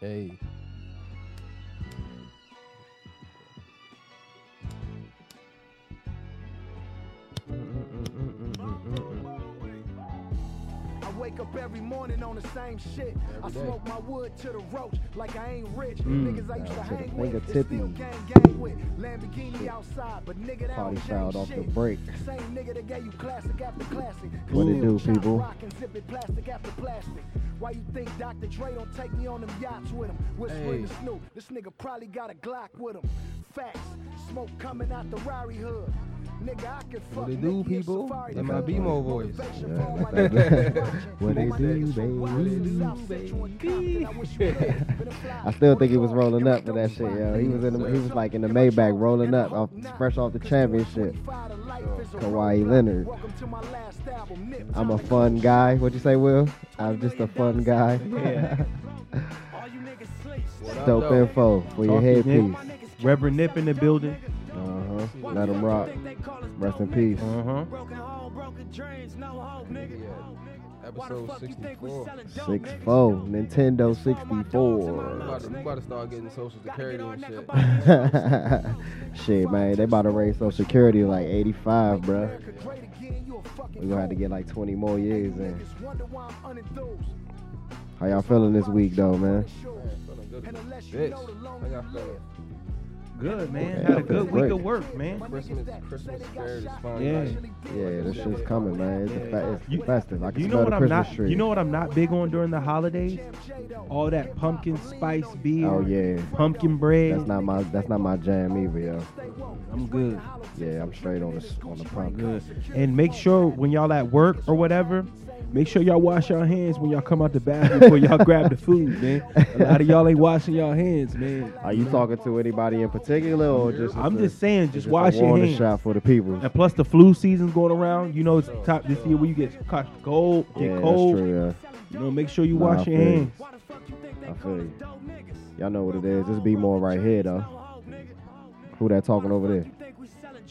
Hey. I wake up every morning on the same shit. I Every day. smoke my wood to the roach like I ain't rich. Mm, Niggas I used to down to the hang with, it's fingertip still and- gang gang with. Lamborghini outside, but nigga that Party don't fouled change off the shit. break. Same nigga that gave you classic after classic. What it Still do, chop people? rock and zip it plastic after plastic. Why you think Dr. Dre don't take me on them yachts with him? Whispering Hey. to Snoop, this nigga probably got a Glock with him. Facts, smoke coming out the Rari hood. Nigga, I could What fuck it do, Nicki and people? Safari That my Coke. BMO voice. Motivation Yeah, for all my niggas that's that. watching. What it All my do, niggas from baby? Wild to South Baby. Central and Compton, I wish you could. Been a fly I still think he was boy, rolling up for don't that shit, yo. find He was in, the, me. he was like in the And my Maybach truck, rolling and I up, off, hope not, fresh off the 'cause championship. 25 to life is a Kawhi roadblock. Leonard. Welcome to my last album, Nip I'm a Tuck. fun guy. What'd you say, Will? I'm just a fun guy. Dope info for your Talk your headpiece. game. Reverend Nip in the building. Uh huh. Let him rock. Rest in peace. Uh huh. Broken home, broken dreams, no hope, nigga. Episode 64. Six four Nintendo sixty We four. about, to, we about to start getting social security and shit. Shit, man, they about to raise Social Security to like eighty five, bruh. America great again, you a fucking We gonna have to goat. get like twenty more And you years in. niggas wonder why I'm unenthused. How y'all feeling this week though, man? Man, feeling good And as unless a you know the bitch. longer How y'all you feeling? live. Good man. Yeah, Had a feel good great. week of work, man. Christmas, Christmas spirit is finally Yeah. like, Yeah, this shit's coming, man. It's, a fe- it's You- festive. I can You know smell what the I'm Christmas not. tree. You know what I'm not big on during the holidays. All that pumpkin spice beer. oh yeah, Pumpkin bread. that's not my that's not my jam either, yo. I'm good. Yeah, I'm straight on this on the pumpkin. Good. And make sure when y'all at work or whatever, make sure y'all wash y'all hands when y'all come out the bathroom before y'all grab the food, man. A lot of y'all ain't washing y'all hands, man. Are you talking to anybody in particular or just? I'm a- just saying, just, just wash a your warning hands. shot for the people. And plus, the flu season's going around. You know, it's top this year where you get caught cold, get Yeah, that's cold. true. You know, make sure you Nah, wash I your feel you. hands. Yeah. I feel you. Y'all know what it is. Just be more right here though. Who that talking over there?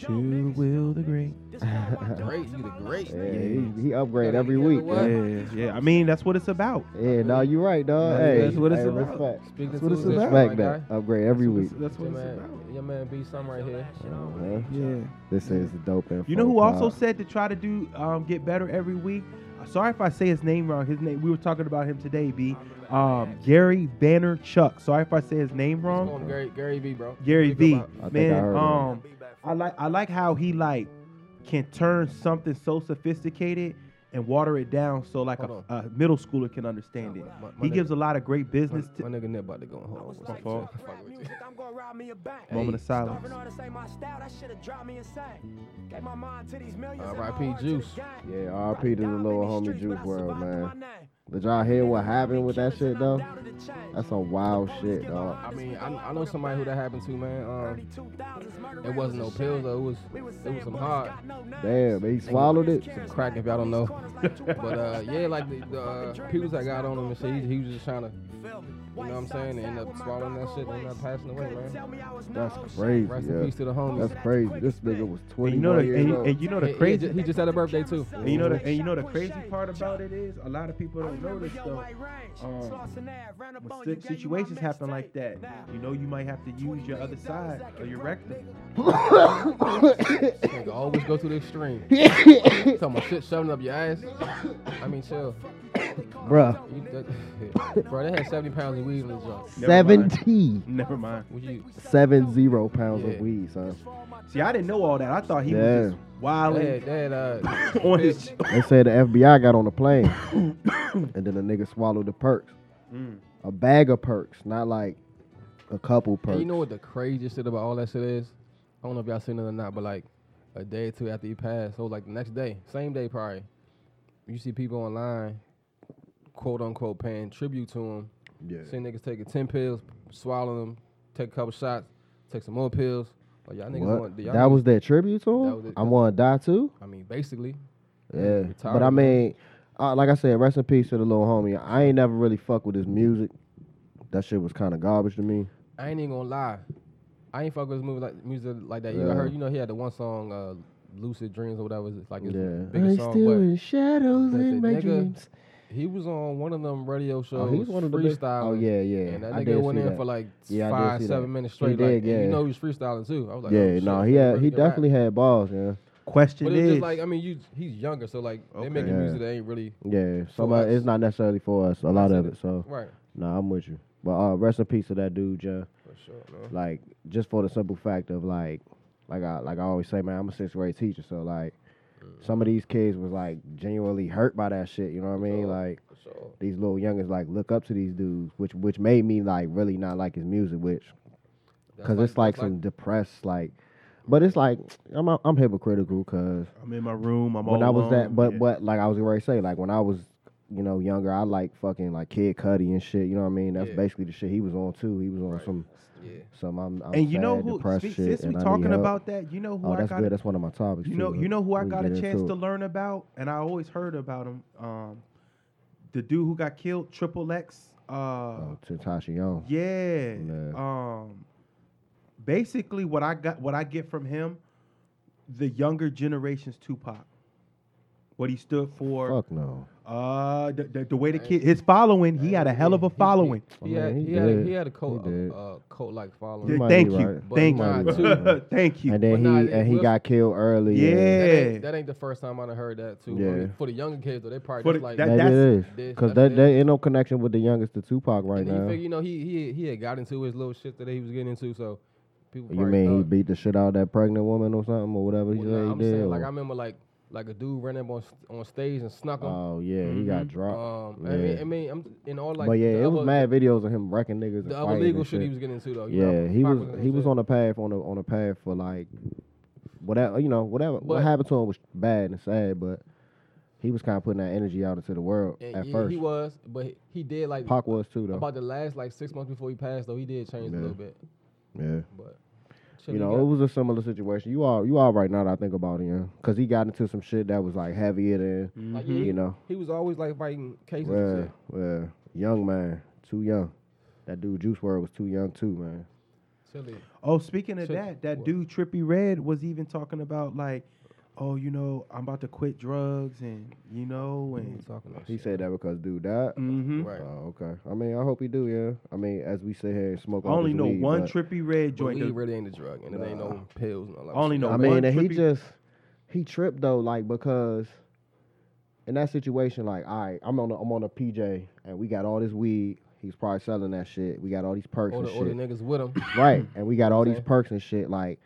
To Will the great. Great. You the great. Yeah, he, he upgrade every week. What? man. Yeah, yeah. I mean, that's what it's about. Yeah, no, you right, dog. Yeah, Hey, that's what it's hey, about. Respect. Speak That's the what it's truth, about, my Respect guy. that. Upgrade every week. That's Your what it's about. man, your man be some right here. Uh-huh. Yeah. This is the dope info. You know who also pod. said to try to do um, get better every week? Uh, Sorry if I say his name wrong. His name we were talking about him today, B. Um, Gary Banner Chuck. Sorry if I say his name Come wrong. on, Gary, Gary V, bro. Gary What do you V. think about- I think I Man, heard of um, I like I like how he like can turn something so sophisticated and water it down so like a, Hold a middle schooler can understand it. My- my He nigga- gives a lot of great My, business. my nigga Nip about to go home. Hold on. My one second. fault. Fuck with you. I'm gonna rob me a bank. to Moment of silence. Starving artists ain't my style, that shit'll drive me insane. Gave my mind to these millions and my R.I.P. heart to Juice. the gang. Yeah, R.P. to the Died in little these homie streets, but Juice I World, survived through man. my name. Did y'all hear what Niggas happened with that killers and shit I'm though? down to the change. That's some wild Police shit, get dog. behind I us, we mean, go I, I out know with a somebody who that bang. happened to, man. Um, Early 2000s, murder it wasn't no was a pills shame. though. It was We was it was saying some bullets hard. got no names. Damn, but he Niggas swallowed always it. carry Some us crack back. if y'all don't Police know. corners like Tupac. But uh, yeah, like the, the uh, peoples that got on him and shit, he, he was just trying to, you know what I'm saying, and end up swallowing that shit and end up passing away, man. That's crazy, Rest in yo. peace to the homies. That's crazy. This nigga was And 21 you know the years and, old. and you know He- the he crazy ju- He just had a birthday too. and you know the and you know the crazy part about it is a lot of people don't know this though. Um, When si- situations happen like that, you know you might have to use your other side or your rectum. Nigga, always go to the extreme. talking about shit shoving up your ass. I mean, chill. Bruh. You, that, bro, they had 70 pounds of weed in the junk. Never mind. 70. Never mind. Would you? Seven zero pounds Yeah. of weed, son. See, I didn't know all that. I thought he Yeah. was just wilding They had, they had, uh, on his. They said the FBI got on the plane, and then the nigga swallowed the perks, Mm. a bag of perks, not like a couple perks. and you know what the craziest shit about all that shit is? I don't know if y'all seen it or not, but like a day or two after he passed, so like the next day, same day probably, you see people online, quote unquote, paying tribute to him. Yeah. See niggas taking 10 pills, swallow them, take a couple shots, take some more pills. Like, y'all niggas What? want, y'all That niggas- was their tribute to That was him. it. I want to die too. I mean, basically. Yeah, Retired, but I man. mean, uh, like I said, rest in peace to the little homie. I ain't never really fuck with his music. That shit was kind of garbage to me. I ain't even gonna lie. I ain't fuck with his movie like music like that. You Yeah. I heard, you know, he had the one song, uh, "Lucid Dreams" or whatever. It's like his Yeah, biggest song, but shadows but the nigga- He was on one of them radio shows. Oh, he was one of the big- freestyling. Oh, yeah, yeah. And that I nigga did went see in that. for like Yeah, I did five, see seven that. minutes He straight. like, did, and yeah. you know he was freestyling too. I was like, yeah, oh, no, shit, nah, this he nigga had, really he can rap. definitely had balls, yeah. Question But is, it's just like I mean, you he's younger, so like Okay. they making Yeah. music that ain't really Yeah, somebody, us. it's not necessarily for us, a lot of it, so. right Nah, I'm with you. But uh, rest in peace to that dude, John. for sure. Man. Like, just for the simple fact of like, like I like I always say, man, I'm a sixth grade teacher, so like, some Mm-hmm. of these kids was like genuinely hurt by that shit. You know what I mean? Sure. Like, For sure. these little youngins like look up to these dudes, which which made me like really not like his music, which That's because it's like that's some depressed like, but it's like I'm I'm hypocritical because uh, I'm in my room. I'm all when I was that, alone, but yeah. but like I was already say, like when I was, you know, younger, I like fucking like Kid Cudi and shit. You know what I mean? That's Yeah. basically the shit he was on too. He was on Right. some yeah. some I'm, I'm and you know sad, who? depressed Since, shit. since we and I need talking help. about that, you know who oh, I that's got. good. That's one of my topics. You too, know, but you know who I we can got a get chance into to it. learn about, and I always heard about him. Um, the dude who got killed, Triple X. Uh, Oh, to Tasha Young. yeah. Man. Um, basically, what I got, what I get from him, the younger generation's Tupac, what he stood for. Fuck no. Uh, the, the, the way the kid his following, he had a hell of a following. I He, had, mean, Oh, he he, had a, did. he had a cult He did. uh, uh, cult like following. Yeah, Yeah, might Thank be you, right. But thank he might you, be right. thank you. And then But nah, he it and he was- got killed early. That, Yeah. ain't, that ain't the first time I've heard that too. I mean, Yeah. for the younger kids though, they probably For just the- like That, that- Maybe that's- it is this- because there that's there ain't no connection with the youngest to Tupac right And then you now. figure, you know, he he he had got into his little shit that he was getting into, so people. You probably mean he thought- beat the shit out of that pregnant woman or something or whatever he Well, said nah, he I'm did? saying like or- I remember like like a dude ran up on st- on stage and snuck him. oh yeah, he got dropped. um, yeah. I mean, I mean, I'm in all like. but yeah, the it was other- mad videos of him wrecking niggas. and The other fighting legal and shit he was getting into though. you know, Yeah, he Pac was in he was jail. on a path on a on a path for like whatever you know whatever what But- happened to him was bad and sad, but he was kind of putting that energy out into the world And at yeah, first. He was, but he- he did like Pac was too though. about the last like six months before he passed though. He did change Yeah. a little bit, yeah, but shit, you he know got- it was a similar situation. You all you all right now that I think about it, yeah, because he got into some shit that was like heavier than Like, yeah, he- you know. he was always like fighting cases. and Yeah, shit. yeah, young man, too young. That dude Juice World was too young too, man. Chili. Oh, speaking of So- that, that what? dude Trippy Red was even talking about like, oh, you know, I'm about to quit drugs and you He know uh, and talking about He shit. said that because dude died. Mhm. Right. Oh, okay. I mean, I hope he do, yeah. I mean, as we sit here and smoke. I all only this know weed, one but- Trippy Red But joint. weed that- really ain't a drug, and it ain't no pills. No, like Only shit. know I one mean, and he trippy- just he tripped though, like because in that situation, like, all right, I'm on a, I'm on a PJ and we got all this weed. He's probably selling that shit. We got all these perks All and the, all the shit, niggas with him. right? And we got all these saying? perks and shit. Like,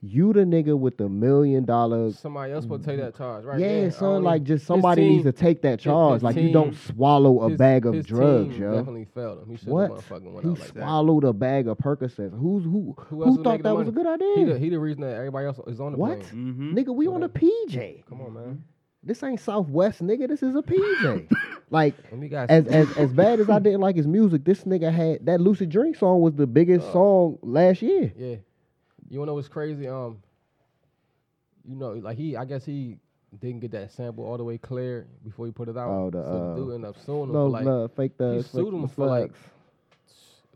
you the nigga with the million dollar. Somebody else will take that charge, right? Mm. yeah, I son. only- Like, just his somebody team- needs to take that charge. his like, you don't team- swallow a his- bag of his drugs, team yo. Definitely failed him. He should have What? motherfucking went He out like that. swallowed a bag of Percocets. Who's who? Who, else was making thought that the was money? a good idea? He the, he the reason that everybody else is on the What? plane. Mhm. Nigga, we on a PJ. Come on, Mm-hmm. man. This ain't Southwest, nigga. This is a PJ. like, Let me guys. as, as as bad as I didn't like his music, this nigga had that Lucid Dream song was the biggest song last year. yeah, you wanna know what's crazy? Um, you know, like he, I guess he didn't get that sample all the way clear before he put it out. Oh, the, so uh, the dude ended up suing him No for like love, fake the he sued him for like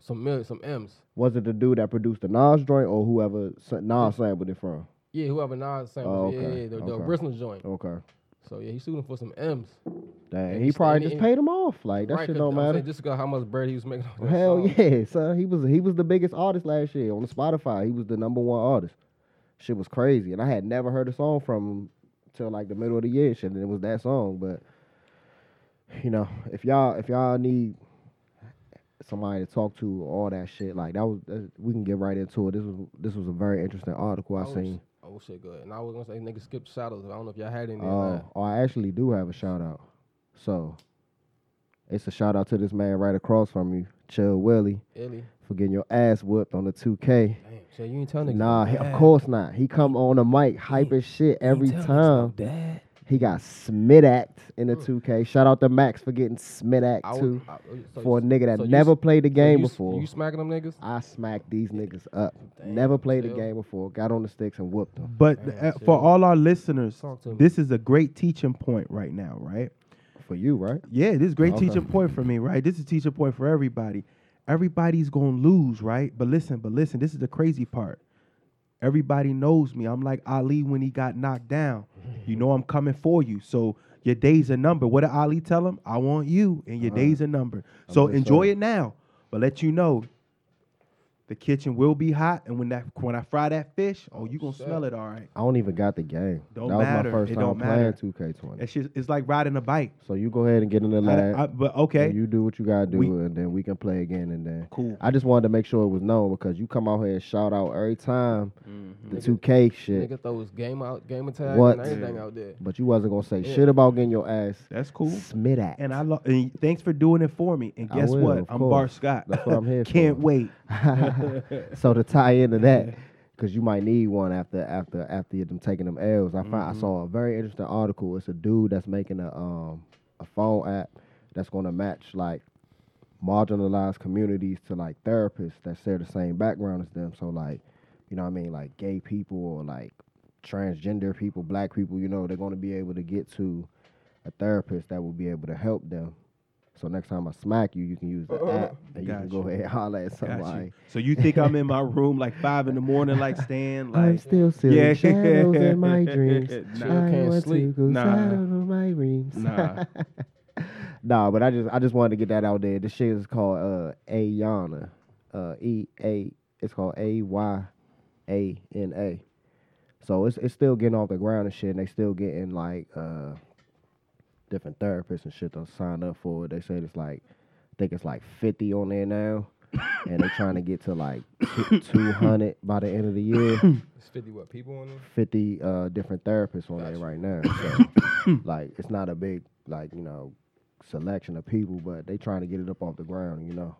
some mil, some m's. Was it the dude that produced the Nas joint or whoever sa- Nas sampled it from? Yeah, whoever Nas Oh, samples. Yeah, okay, yeah, the, the okay. original joint. Okay, So yeah, he sued him for some m's. Dang, And he he's- probably and- just and- paid him off. Like that right, shit 'cause don't I'm saying matter. Just because how much bread he was making. off that Hell song. yeah, son. He was he was the biggest artist last year on Spotify. He was the number one artist. Shit was crazy, and I had never heard a song from him till like the middle of the year. Shit, and it was that song. But you know, if y'all if y'all need somebody to talk to, all that shit, like that was that, we can get right into it. This was this was a very interesting article I was- seen. Oh shit, good. And I was gonna say, nigga, skip shadows. I don't know if y'all had any. uh, Oh, oh, I actually do have a shout out. So it's a shout out to this man right across from you, Chill Willie, Illy. for getting your ass whooped on the two K. Damn, so you ain't tell niggas. Nah, about he- that. of course not. He come on the mic, hype as shit every You ain't tell niggas time. about that. He got Smith Act in the Mm. 2K. Shout out to Max for getting Smith Act I too was, I, oh, so, for a nigga that so you never s- played the so game you s- before. You smacking them niggas? I smacked these niggas up. Damn, never played the chill. game before. Got on the sticks and whooped them. But Damn, uh, for shit. all our listeners, Talk to me. this is a great teaching point right now, right? For you, right? Yeah, this is a great Okay. teaching point for me, right? This is a teaching point for everybody. Everybody's gonna lose, right? But listen, but listen, this is the crazy part. Everybody knows me. I'm like Ali when he got knocked down. You know I'm coming for you. So your days are numbered. What did Ali tell him? I want you, and your days are numbered. So just enjoy saying. it now, but let you know the kitchen will be hot. And when that when I fry that fish, oh, you gonna smell it all right. I don't even got the game. Don't that was matter. my first It time don't playing matter. two K twenty. It's just it's like riding a bike. So you go ahead and get in the I- lab. I- but okay, and you do what you gotta do, We- and then we can play again. And then Cool. I just wanted to make sure it was known because you come out here and shout out every time the Nigga- two K shit, Nigga throws game out, gamer tag, What? and everything out there. but you wasn't gonna say Yeah. shit about getting your ass that's cool. smit at. And I love. And thanks for doing it for me. And I guess will, what? of I'm course. Bart Scott. That's what I'm here for. Can't wait. so to tie into that, because you might need one after after after them taking them L's. I find I saw a very interesting article. It's a dude that's making a um a phone app that's gonna match like marginalized communities to like therapists that share the same background as them. So like, you know what I mean, like gay people or like transgender people, black people, you know, they're gonna be able to get to a therapist that will be able to help them. So next time I smack you, you can use the app and you can Got go you. ahead and holler at Got you. somebody. So you think I'm in my room like five in the morning, like Stan? Like I'm still seeing Yeah. shadows in my dreams. Nah. I Can't want sleep. to go Nah. shadow my dreams. Nah. Nah, but I just I just wanted to get that out there. This shit is called uh Ayana. Uh E A it's called A Y A N A. So it's it's still getting off the ground and shit and they still getting like uh different therapists and shit to sign up for it. They said it's like I think it's like fifty on there now. and they're trying to get to like two hundred by the end of the year. It's 50 what people on there? 50 uh, different therapists on there right now. So, like, it's not a big, like, you know, selection of people, but they trying to get it up off the ground, you know.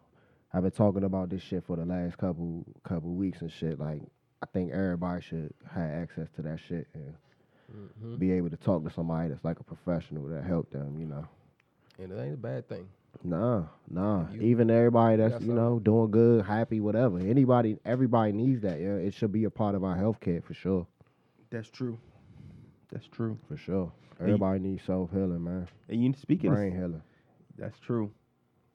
I've been talking about this shit for the last couple couple weeks and shit. Like, I think everybody should have access to that shit and be able to talk to somebody that's like a professional that help them, you know. And it ain't a bad thing. Nah, nah. You- Even everybody that's got you know doing good, happy, whatever. Anybody, everybody needs that. Yeah, it should be a part of our healthcare for sure. That's true. That's true. For sure. Everybody needs self healing, man. And you speaking. of- Brain healing. That's true.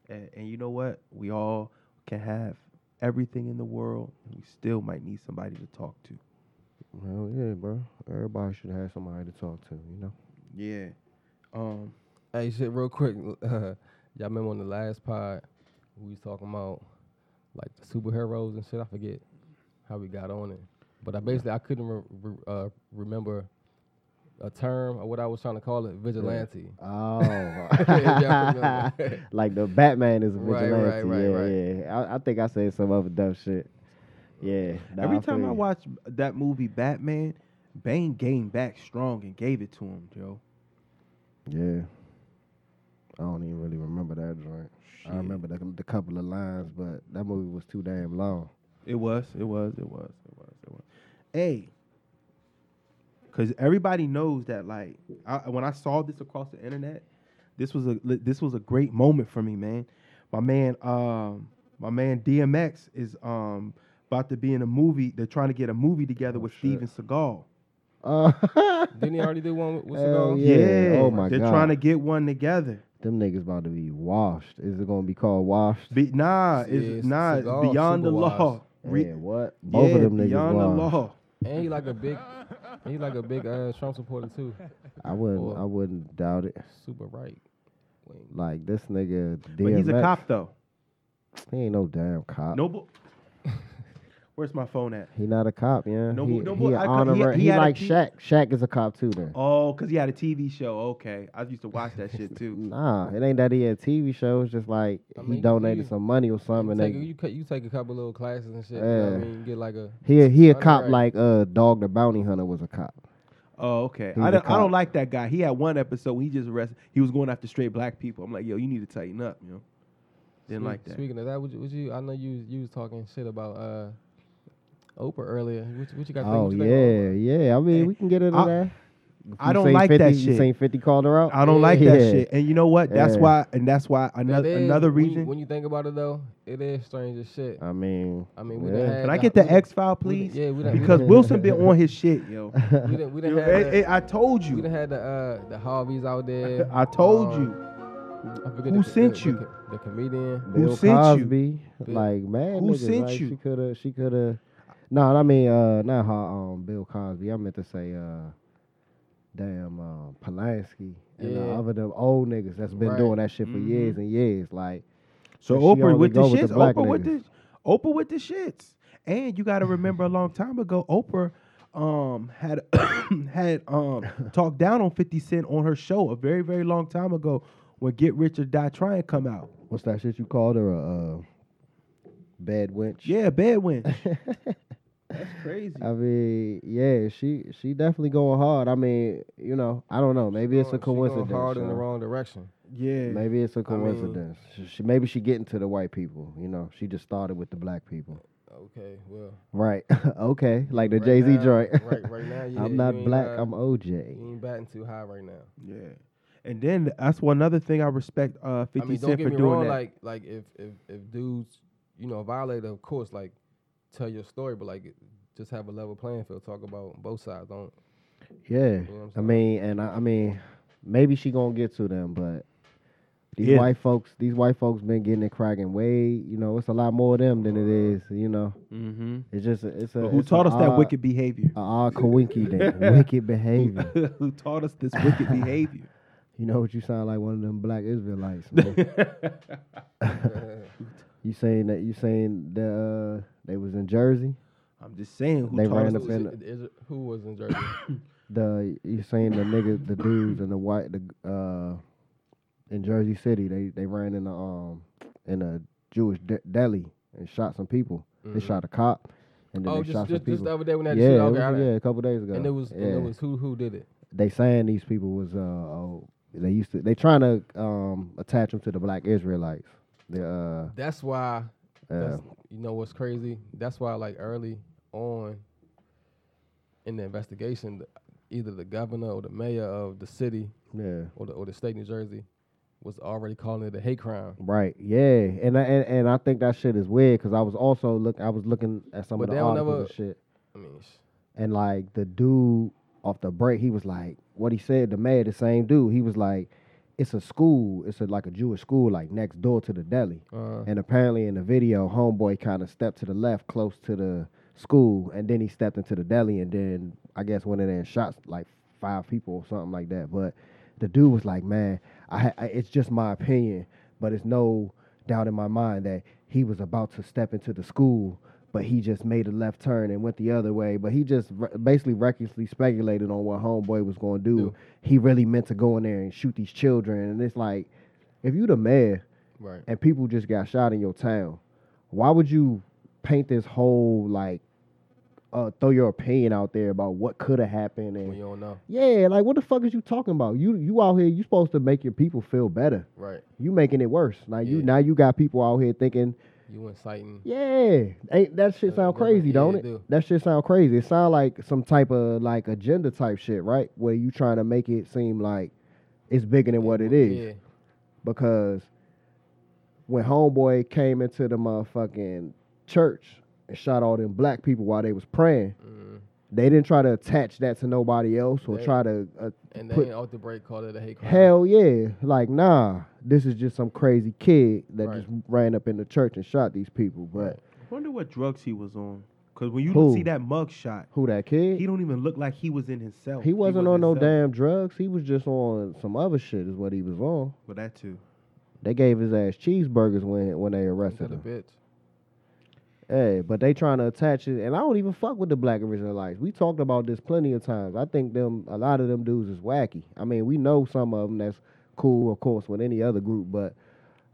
And, and you know what? We all can have everything in the world, and we still might need somebody to talk to. Hell yeah, bro. Everybody should have somebody to talk to, you know? Yeah. Um. Hey, shit, real quick. y'all remember on the last pod, we was talking about like the superheroes and shit. I forget how we got on it, but I basically I couldn't re- re- uh, remember a term or what I was trying to call it. Vigilante. Oh. like the Batman is a Right, vigilante. right, right, yeah, right. yeah. I, I think I said some other dumb shit. Yeah. nah, Every feel time I you. watch that movie Batman, Bane came back strong and gave it to him, Joe. Yeah. I don't even really remember that joint. I remember the, the couple of lines, but that movie was too damn long. It was. It was. It was. It was. It was. Hey. Cause everybody knows that, like, I, when I saw this across the internet, this was a li- this was a great moment for me, man. My man, um, my man DMX is um about to be in a movie. They're trying to get a movie Oh, together with Steven Seagal. Uh, Didn't he already do one? With, what's it Hell called? yeah. Oh my they're God. trying to get one together. them niggas about to be washed. Is it gonna be called washed? Be, nah, Yeah, it's nah, it's Seagal beyond the supervised. law. Re- yeah, what? Both yeah, of them niggas beyond washed. the law. And he like a big, and he like a big uh, Trump supporter too. I wouldn't. Or- I wouldn't doubt it. Super right. Like this nigga, DMX, But he's a cop though. He ain't no damn cop. No, bu- where's my phone at? He not a cop, yeah. No, he, but- no, he but an I ca- he- honorary. he He, had a like T- Shaq. Shaq is a cop too. Then Oh, because he had a TV show. Okay. I used to watch that shit too. nah, it ain't that he had TV shows. Just like I he mean, donated he- some money or You something. take, a- and you, ca- you take a couple little classes and shit. you know what I Yeah. mean, you get like a. they, he he a cop Honorary. like uh Dog the Bounty Hunter was a cop. Oh, okay. He's I a don't, I cop. don't like that guy. He had one episode when he just arrested. He was going after straight black people. I'm like, yo, you need to tighten up, you know. Didn't Speak- like that. Speaking of that, would you, would you? I know you was- you was talking shit about uh, Oprah earlier. What, you- what you got? Oh think, what you yeah, think about Oprah? yeah. I mean, we can get into I- that. I You don't seen like 50, that You shit. seen Fifty called her out? I don't like that Yeah. shit. And you know what? That's Yeah. why and that's why That another is- another when you- reason. When you think about it though, it is strange as shit. I mean, I mean, we yeah. done had. Can I the- get we the done- X we file, done- please? yeah, we done- we Because done- Wilson been on his shit, yo. We didn't. We Yo, didn't have. it- the- it- I told we done you. had the uh, the Harveys out there. I told Um, you. I forget Who the, sent the, you? The, co- the comedian. Who Bill sent you? Cosby, Bill- like man, Who niggas, sent like, you? She could have. She could have. No, I mean uh, not how um Bill Cosby. I meant to say uh, damn uh, Polanski and the Yeah. other them old niggas that's been Right. Mm-hmm. doing that shit for Mhm. years and years. Like So But she Oprah only with the go shits. with the black Oprah with niggas. the Oprah with the shits. And you got to remember, a long time ago, Oprah um had had um talked down on Fifty Cent on her show a very very long time ago when Get Rich or Die Trying come out. what's that shit you called her a uh, bad wench? Yeah, bad win. That's crazy. I mean, yeah, she she definitely going hard. I mean, you know, I don't know. Maybe it's a She going coincidence. hard in the yo. wrong direction. yeah, Maybe it's a coincidence. She- she, maybe she getting to the white people. You know, she just started with the black people. Okay, well, Right. okay. Like the Right Jay Z now- joint. right- right now, yeah, I'm not you ain't black. got- I'm you OJ. ain't batting too high right now. yeah. And then that's one other thing I respect uh, Fifty I mean, don't Cent get for me doing wrong. that. Like, like if if if dudes, you know, violate, of course, like tell your story, but like just have a level playing field. Talk about both sides. Don't Yeah. I'm I saying? mean, and I, I mean, maybe she gonna get to them, but these Yeah. white folks, these white folks been getting it cracking way. You know, it's a lot more of them than it is. You know, mm-hmm. it's just a- it's a. But who it's a uh, taught us that odd- wicked behavior? a odd coinky thing, wicked behavior. who taught us this wicked behavior? You know what you sound like one of them black Israelites. Man. you saying that you saying that uh, they was in Jersey. I'm just saying. Who They taught ran the us who this? was, fin- it- is it- who was in Jersey. The you saying the niggas, the dudes, and the white, the uh, in Jersey City, they they ran in a um in a Jewish de- deli and shot some people. They shot a cop, and then Mm-hmm. oh, they shot just just, just some people. the other day when that yeah, shit. it Okay, was- I done- yeah, a couple days ago. and it was yeah. and it was who who did it. they saying these people was uh oh, they used to they trying to um attach them to the black Israelites. The uh That's why. Yeah. That's, you know what's crazy? That's why, like early on in the investigation, th- either the governor or the mayor of the city yeah or the or the state, New Jersey, was already calling it a hate crime. right yeah and I, and and I think that shit is weird because I was also look I was looking at some But of they the don't articles ever- and shit I mean, sh- and like the dude off the break he was like what he said the mayor the same dude he was like it's a school it's a, like a Jewish school like next door to the deli uh, and apparently in the video homeboy kind of stepped to the left close to the school and then he stepped into the deli and then i guess went in there and shot like five people or something like that but the dude was like man i, ha- I it's just my opinion but it's no doubt in my mind that he was about to step into the school but he just made a left turn and went the other way but he just re- basically recklessly speculated on what homeboy was going to do Do. he really meant to go in there and shoot these children and it's like if you the mayor right. and people just got shot in your town, why would you paint this whole like uh, throw your opinion out there about what could have happened When and you don't know, yeah, like what the fuck is you talking about? You you out here, you supposed to make your people feel better. right? You making it worse. Now you Yeah. now you got people out here thinking, You inciting. yeah, ain't that shit Uh, sound different- crazy, yeah, don't it it? do. That shit sound crazy. It sound like some type of like agenda type shit, right? Where you trying to make it seem like it's bigger than what it is Yeah, because when homeboy came into the motherfucking church and shot all them black people while they was praying, mm. they didn't try to attach that to nobody else or They- try to. Uh, and Put- then off the break called it a hate crime. hell yeah, like nah, this is just some crazy kid that Right. just ran up in the church and shot these people. But Right. Wonder what drugs he was on. Cause when you Who? see that mug shot, who that he kid? don't even look like he was in himself. He wasn't on no himself. damn drugs. He was just on some other shit, is what he was on. Well, that too. They gave his ass cheeseburgers when when they Instead arrested of him. bitch. Hey, but they trying to attach it, and I don't even fuck with the black Israelites. We talked about this plenty of times. I think them a lot of them dudes is wacky. I mean, we know some of them that's cool, of course, with any other group, but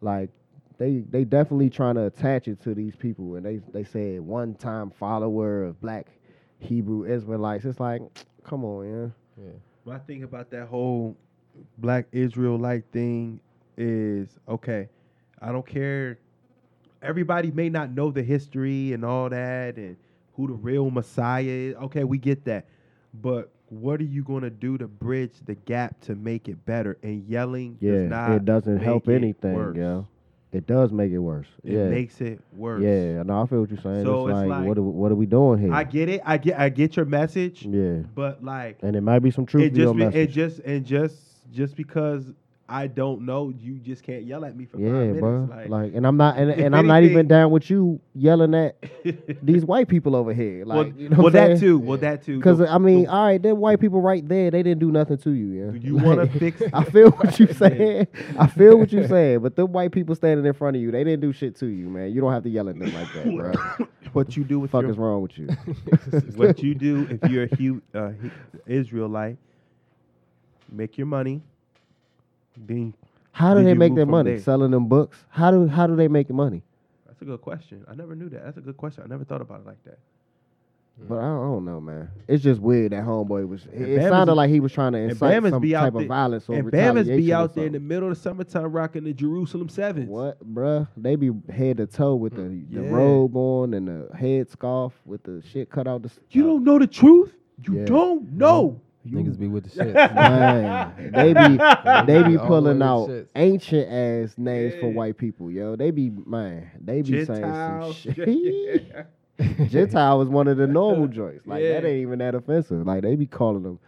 like they they definitely trying to attach it to these people, and they they said one time follower of black Hebrew Israelites. It's like, come on, yeah. My thing about that whole black Israelite thing is okay, I don't care. Everybody may not know the history and all that and who the real Messiah is. Okay, we get that. But what are you going to do to bridge the gap to make it better? And yelling Yeah, does not it doesn't make help it anything, worse. yo. It does make it worse. It yeah, makes it worse. yeah. No, I feel what you're saying. So it's, it's like, like- what are, we- what are we doing here? I get it. I get I get your message, yeah, but like and it might be some truth it to your just be, message. it just and just just because I don't know. You just can't yell at me for five Yeah, minutes. bro. Like, Like, and I'm not, and, if and I'm not even anything- down with you yelling at these white people over here. Like, well, you know what well I'm that saying? too. Well, that too. Because The- I mean, the- all right, them white people right there, they didn't do nothing to you. Yeah. Do you wanna Like, fix I feel what you saying. I feel what you saying. But them white people standing in front of you, they didn't do shit to you, man. You don't have to yell at them like that, bro. what you do with fuck your is wrong with you? what you do if you're a hu- uh, he- Israelite, make your money. Then How do Did they you make move their from money? there? Selling them books. How do how do they make money? that's a good question. I never knew that. That's a good question. I never thought about it like that. But I don't, I don't know, man. It's just weird that homeboy was. It, it Bama's- sounded like he was trying to and incite Bama's some be out type there- of violence or and retaliation. Bama's be or out there in the something. middle of the summertime rocking the Jerusalem Sevens. What, bruh? They be head to toe with the, the Mm, Yeah. robe on and the head scarf with the shit cut out. The s- You don't know the truth. You Yeah. don't know. Niggas be with the shit. Man, they be they be All pulling the out shits. ancient ass names for Yeah. white people, yo. They be man, they be Gentile. saying some shit. Gentile was one of the normal joints. Like that Yeah. ain't even that offensive. Like they be calling them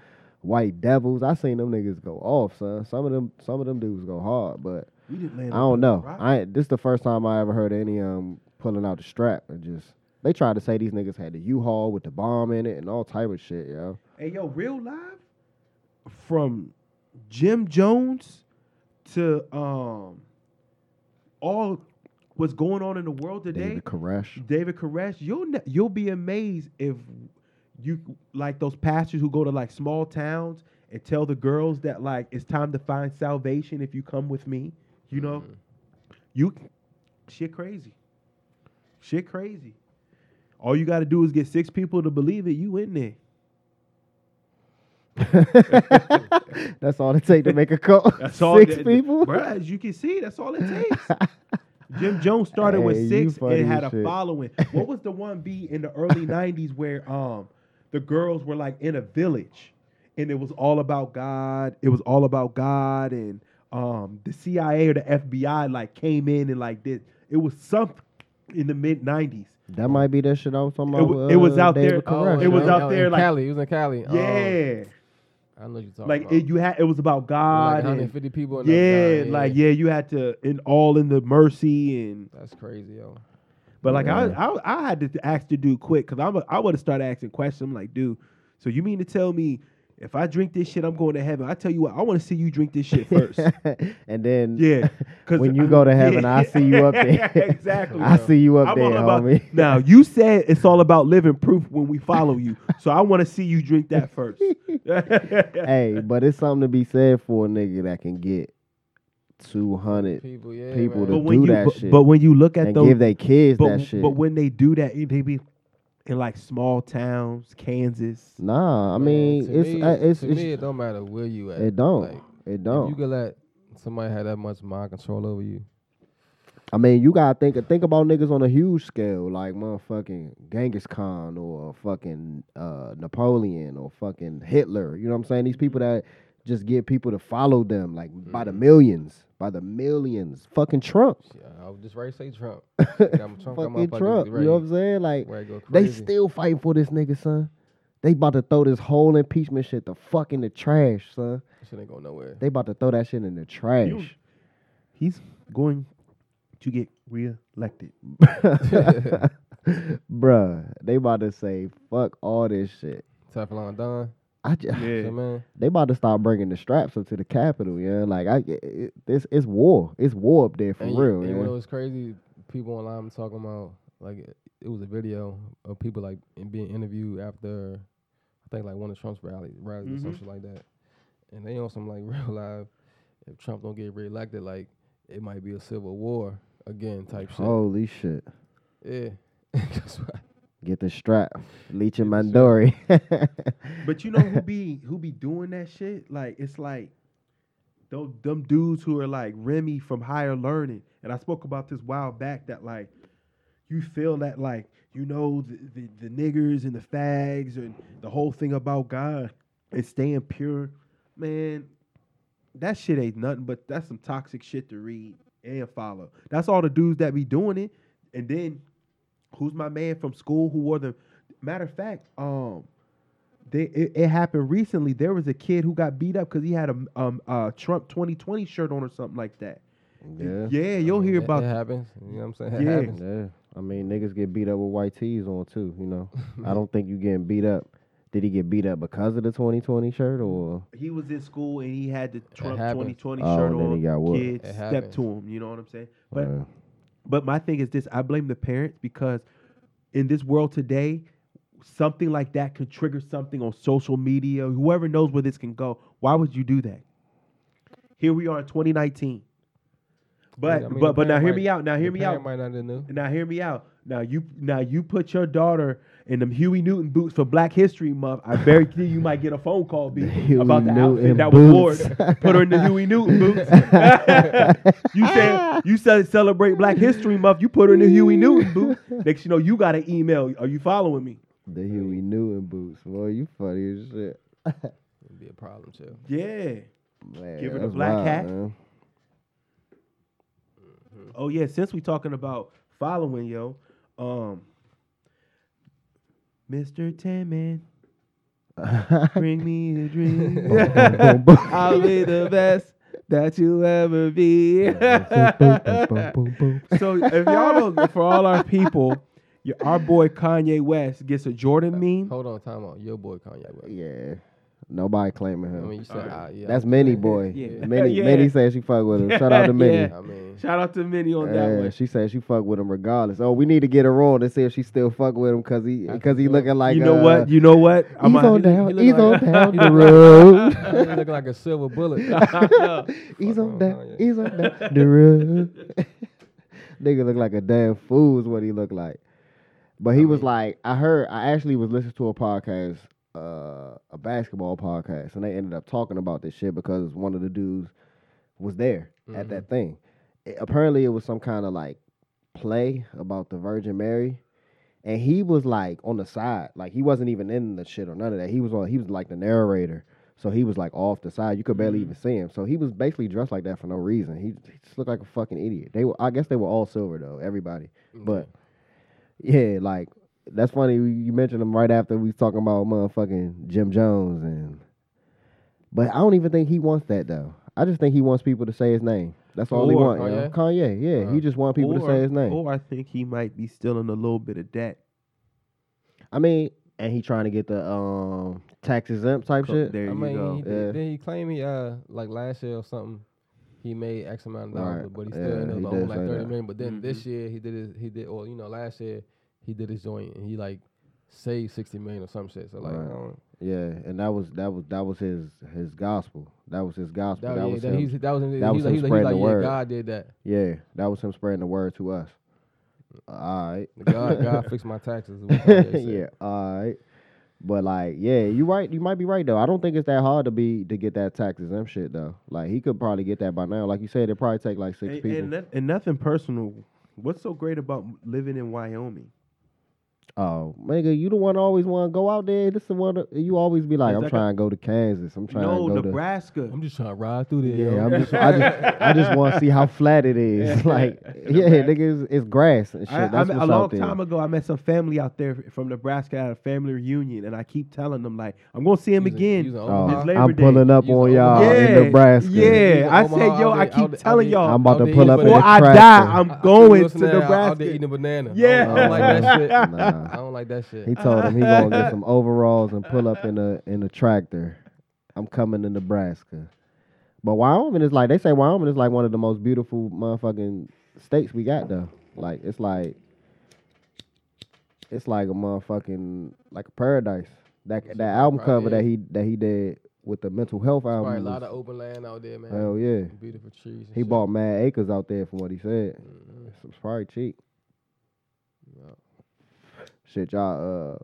white devils. I seen them niggas go off, son. Some of them some of them dudes go hard, but We didn't I land don't on the know. rock. I this the first time I ever heard any um pulling out the strap and just they tried to say these niggas had the U-Haul with the bomb in it and all type of shit, yo. Hey yo, real live from Jim Jones to um all what's going on in the world today. David Koresh. David Koresh, you'll ne- you'll be amazed if you like those pastors who go to like small towns and tell the girls that like it's time to find salvation if you come with me. You know, you shit crazy, shit crazy. All you got to do is get six people to believe it. You in there? That's all it take to make a cult. That's all. Six that- people. Bruh, as you can see, that's all it takes. Jim Jones started Hey, with you six funny and had as a shit. following. What was the one B in the early '90s where um the girls were like in a village, and it was all about God. It was all about God, and um the CIA or the FBI like came in and like did. It was something in the mid '90s. That might be that shit I was talking It about. wa- with, it was uh, out David there- Oh, Koresh, it was yo. out there, in like- Cali. He was in Cali. Oh, Yeah, I know what you're talking like about. it, you had it was about like God. and, 150 people. In that yeah, guy, like yeah, you had to in all in the mercy and That's crazy, yo. But like Yeah. I, I, I had to ask the dude quick because I'm a, I would have started asking questions. I'm like, dude, so you mean to tell me if I drink this shit, I'm going to heaven? I tell you what, I want to see you drink this shit first. and then yeah, When you go to heaven, I see you up there. exactly. I see you up I'm there, all about- homie. Now you said it's all about living proof when we follow you, so I want to see you drink that first. hey, but it's something to be said for a nigga that can get two hundred People, yeah. people man. to but when do you that but, shit but when you look at and those give their kids but, that shit. but when they do that, they be in like small towns, Kansas. nah, I Man, mean to it's me, uh, it's, to it's me, it don't matter where you at. it don't Like, it If you don't. could let somebody have that much mind control over you, I mean you gotta think think about niggas on a huge scale like motherfucking Genghis Khan or fucking uh, Napoleon or fucking Hitler. You know what I'm saying? These people that just get people to follow them like by the millions, by the millions. Fucking Trump. yeah, I would just right say Trump. Like, I'm Trump, I'm fucking Trump. You know what I'm saying? Like Where I go they crazy. still fighting for this nigga, son. They about to throw this whole impeachment shit the fuck in the trash, son. That shit ain't go nowhere. They about to throw that shit in the trash. You- He's going to get reelected. Bruh, they about to say fuck all this shit. Teflon Don. I just, Yeah, man. they about to start bringing the straps up to the Capitol, yeah. Like I, it, it's it's war, it's war up there for and real, You, and yeah. what was crazy? People online talking about like it, it was a video of people like in being interviewed after I think like one of Trump's rally rallies or Mm-hmm. something like that, and they on some like real live. If Trump don't get reelected, like it might be a civil war again type shit. Holy shit! Yeah. That's why. Get the strap, Leech and Get the Mandori. But you know who be who be doing that shit? Like it's like those them dudes who are like Remy from Higher Learning. And I spoke about this while back that like you feel that like you know the, the, the niggers and the fags and the whole thing about God and staying pure, man. That shit ain't nothing but that's some toxic shit to read and follow. That's all the dudes that be doing it. And then who's my man from school who wore the matter of fact, um They, it, it happened recently. There was a kid who got beat up because he had a um uh Trump 2020 shirt on or something like that. Yeah. yeah you'll hear It- about it happens. You know what I'm saying? It Yeah. happens. Yeah, I mean niggas get beat up with white tees on too. You know, I don't think you getting beat up. Did he get beat up because of the 2020 shirt or? he was in school and he had the Trump happens. 2020 Oh, shirt and then he on. got whooped. Kids It stepped happens. to him. You know what I'm saying? But Uh, But my thing is this: I blame the parents because in this world today, something like that can trigger something on social media. Whoever knows where this can go. Why would you do that? Here we are in 2019. But I mean, but the but now parent hear might- me out. Now the hear me parent out. Might not have knew. Now hear me out. Now you now you put your daughter in them Huey Newton boots for Black History Month. I guarantee you might get a phone call B, Huey about the outfit Newton that was wore. boots. Put her in the Huey Newton boots. you said you said celebrate Black History Month. You put her in the Huey Newton boots. Next you know you got an email. Are you following me? the Huey Newton boots, boy, you funny as shit. It'd be a problem too. Yeah. Man, Give her the that's black wild, hat. man. Oh yeah. Since we talking about following, yo, um, Mr. Timmin, bring Oh, me a drink. Boom, boom, I'll be the best that you ever be. boom, boom, boom. so if y'all know, for all our people, your, our boy Kanye West gets a Jordan meme. Hold on, time out. Your boy Kanye West. Yeah, nobody claiming I him. mean, you said ah, yeah. That's Minnie boy. Yeah. Minnie, Yeah. Minnie said she fuck with him. Shout out to Minnie. I mean, Shout out to Minnie on that Yeah, one. she said she fuck with him regardless. Oh, we need to get her on and see if she still fuck with him because he because he looking like you know uh, what? You know what? He's a- on he down, look he's like- on down the road. he look like a silver bullet. No. He's Fuck on on down, Kanye. he's on down the road. Nigga look like a damn fool is what he look like. But he was like, I heard, I actually was listening to a podcast, uh, a basketball podcast, and they ended up talking about this shit because one of the dudes was there Mm-hmm. at that thing. It- apparently, it was some kind of like play about the Virgin Mary, and he was like on the side, like he wasn't even in the shit or none of that. He was on, he was like the narrator, so he was like off the side. You could barely Mm. even see him. So he was basically dressed like that for no reason. He, he just looked like a fucking idiot. They were, I guess, they were all silver though, everybody. Mm. But yeah, like that's funny. You you mentioned him right after we was talking about motherfucking Jim Jones and. But I don't even think he wants that though. I just think he wants people to say his name. That's all he Or- wants. oh, yeah? Uh, Kanye, yeah, he just want people to say his name. Or I think he might be stealing a little bit of that. I mean, and he trying to get the um tax exempt type Co- shit. Oh, There I you mean, go. He, Yeah. did, did he claim he uh like last year or something? He made X amount of dollars, Right. but he Yeah, still ended he up did owing like say thirty million. that. But then Mm-hmm. this year he did his he did or you know last year he did his joint and he like saved sixty million or some shit. So like Right. I don't, Yeah, and that was that was that was his his gospel. That was his gospel. that, That, yeah, was that, him. he's, that was in- that he was like, him he like, spreading he the like yeah word. God did that. yeah, that was him spreading the word to us. All right. God God fixed my taxes. is what Kanye said. yeah, all right. But like, yeah, you right. You might be right though. I don't think it's that hard to be to get that tax exempt shit though. Like he could probably get that by now. Like you said, it probably take like six And, people. and, no- and nothing personal. What's so great about living in Wyoming? oh, nigga, you the one always want to go out there. This is one of- you always be like, Is I'm that trying to go to Kansas. I'm trying No, to go to Nebraska. I'm just trying to ride through there. Yeah, yo. I'm just, I just, I just want to see how flat it is. like, yeah, nigga, it's, it's grass and shit. I, I That's met- what's a long out there. time ago, I met some family out there from Nebraska at a family reunion, and I keep telling them like, "I'm gonna see him He's in- again." he's in Oh, Omaha. It's Labor I'm Day. pulling up Use on the y'all Omaha. in Nebraska. yeah. I Omaha, said, "Yo, out I there- keep out there- telling out there- I'm y'all, about out to there pull eating up in banana. before the I tractor. die, I'm I- I be going Uh, to listening out- Out there Nebraska." eating a banana. I don't- I Yeah. don't like that shit. Nah. I don't like that shit. He told him he gonna get some overalls and pull up in a in a tractor. I'm coming to Nebraska. But Wyoming is like they say Wyoming is like one of the most beautiful motherfucking states we got though. Like it's like it's like a motherfucking like a paradise. That that album right, cover yeah. that he that he did with the mental health Probably a album. lot was- of open land out there, man. Hell yeah. Beautiful trees. and shit. He Mm-hmm. bought mad acres out there from what he said. It's probably cheap. Shit, y'all. Uh,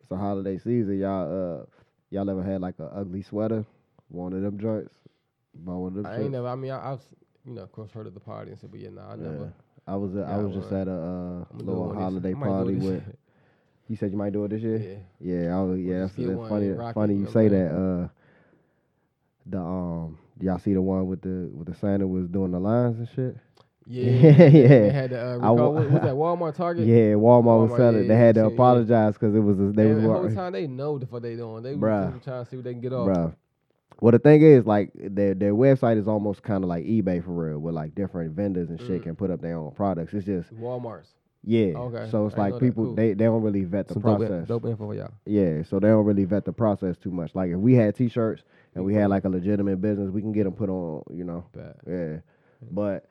it's a holiday season. Y'all. Uh, y'all ever had like an ugly sweater? One of them joints. Bought one of them. I shits? ain't never. I mean, I, I've s- you know, of course, heard of the party and shit, but yeah, nah, I Yeah. never. I was. Uh, I got was just one. at a uh, I'ma do it little one of these- holiday I might do it party this with. year. You said you might do it this year. Yeah. Yeah. I was, yeah. just That's, get that's one funny. and rock it, funny you you know what say I'm that. Uh, the um. Y'all see the one with the with the Santa was doing the lines and shit. Yeah, yeah. Yeah. They had to uh, I wa- recall. what was that Walmart Target? Yeah, Walmart Walmart, was selling. yeah, They yeah, had to shit, yeah. apologize because it was a, they They was the whole wa- time they know the fuck they doing. They Bruh. were just trying to see what they can get off. Bruh. Well, the thing is, like their their website is almost kind of like eBay for real, where like different vendors and shit Mm. can put up their own products. It's just Walmart's yeah. Okay, So I didn't it's know like that. people Cool. they, they don't really vet the Some dope, process. dope info for y'all. Yeah, so they don't really vet the process too much. Like if we had T-shirts and we put had 'em- like a legitimate business, we can get them put on. You know, Bad. yeah. But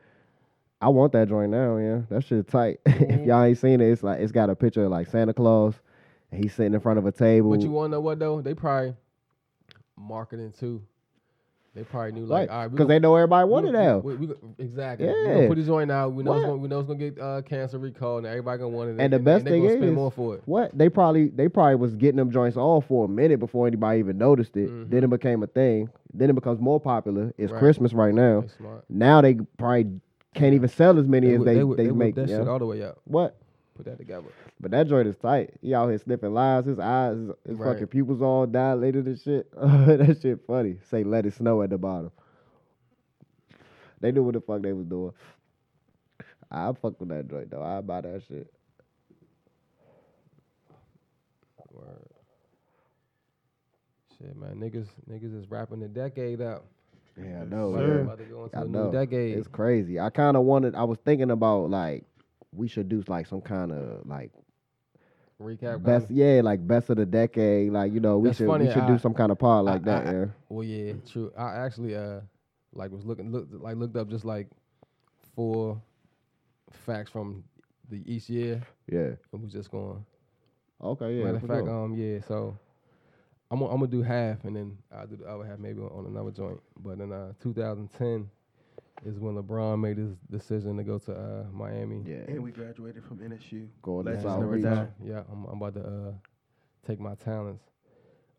I want that joint now. Yeah, that shit tight. if y'all ain't seen it, it's like it's got a picture of like Santa Claus. And he's sitting in front of a table. But you want to know what though? They probably marketing too. They probably knew like, all right, we Because gon- they know everybody we wanted gon- that. we- we gon- exactly. We gonna Yeah. put this joint out. We know it's What? gonna, we know it's gonna get uh, cancer recall, and everybody gonna want it. And the best they thing gonna is- spend more for it. What they probably they probably was getting them joints on for a minute before anybody even noticed it. Then it became a thing. Then it becomes more popular. It's Mm-hmm. Right. Christmas right now. They smart. Now they probably can't even sell as many as would- they they, would- would make. that yeah. shit all the way up. What? Put that together. But that joint is tight. He out here sniffing lies. His eyes, his, his Right. fucking pupils all dilated and shit. that shit funny. Say let it snow at the bottom. They knew what the fuck they was doing. I fuck with that joint though. I buy that shit. Word. Shit, man, niggas, niggas is wrapping the decade up. Oh, Yeah, I Yes, know. sir. man. About to go into I a know. new decade. It's crazy. I kind of wanted. I was thinking about like we should do like some kind of like Recap. best. kinda. Yeah, like best of the decade. Like you know, we That's should funny, we should I- do some kind of pod I- like that. I- yeah. Well, yeah, Mm. true. I actually uh, like was looking, looked like looked up just like four facts from the each year, Yeah. and was just going. Okay. Yeah. Matter of for fact, sure. um, yeah. So I'm gonna, I'm gonna do half, and then I will do the other half maybe on another joint. But in uh, 2010 is when LeBron made his decision to go to uh, Miami. yeah. And we graduated from NSU. Going to Legends South never Beach. die. Yeah, I'm, I'm about to uh, take my talents.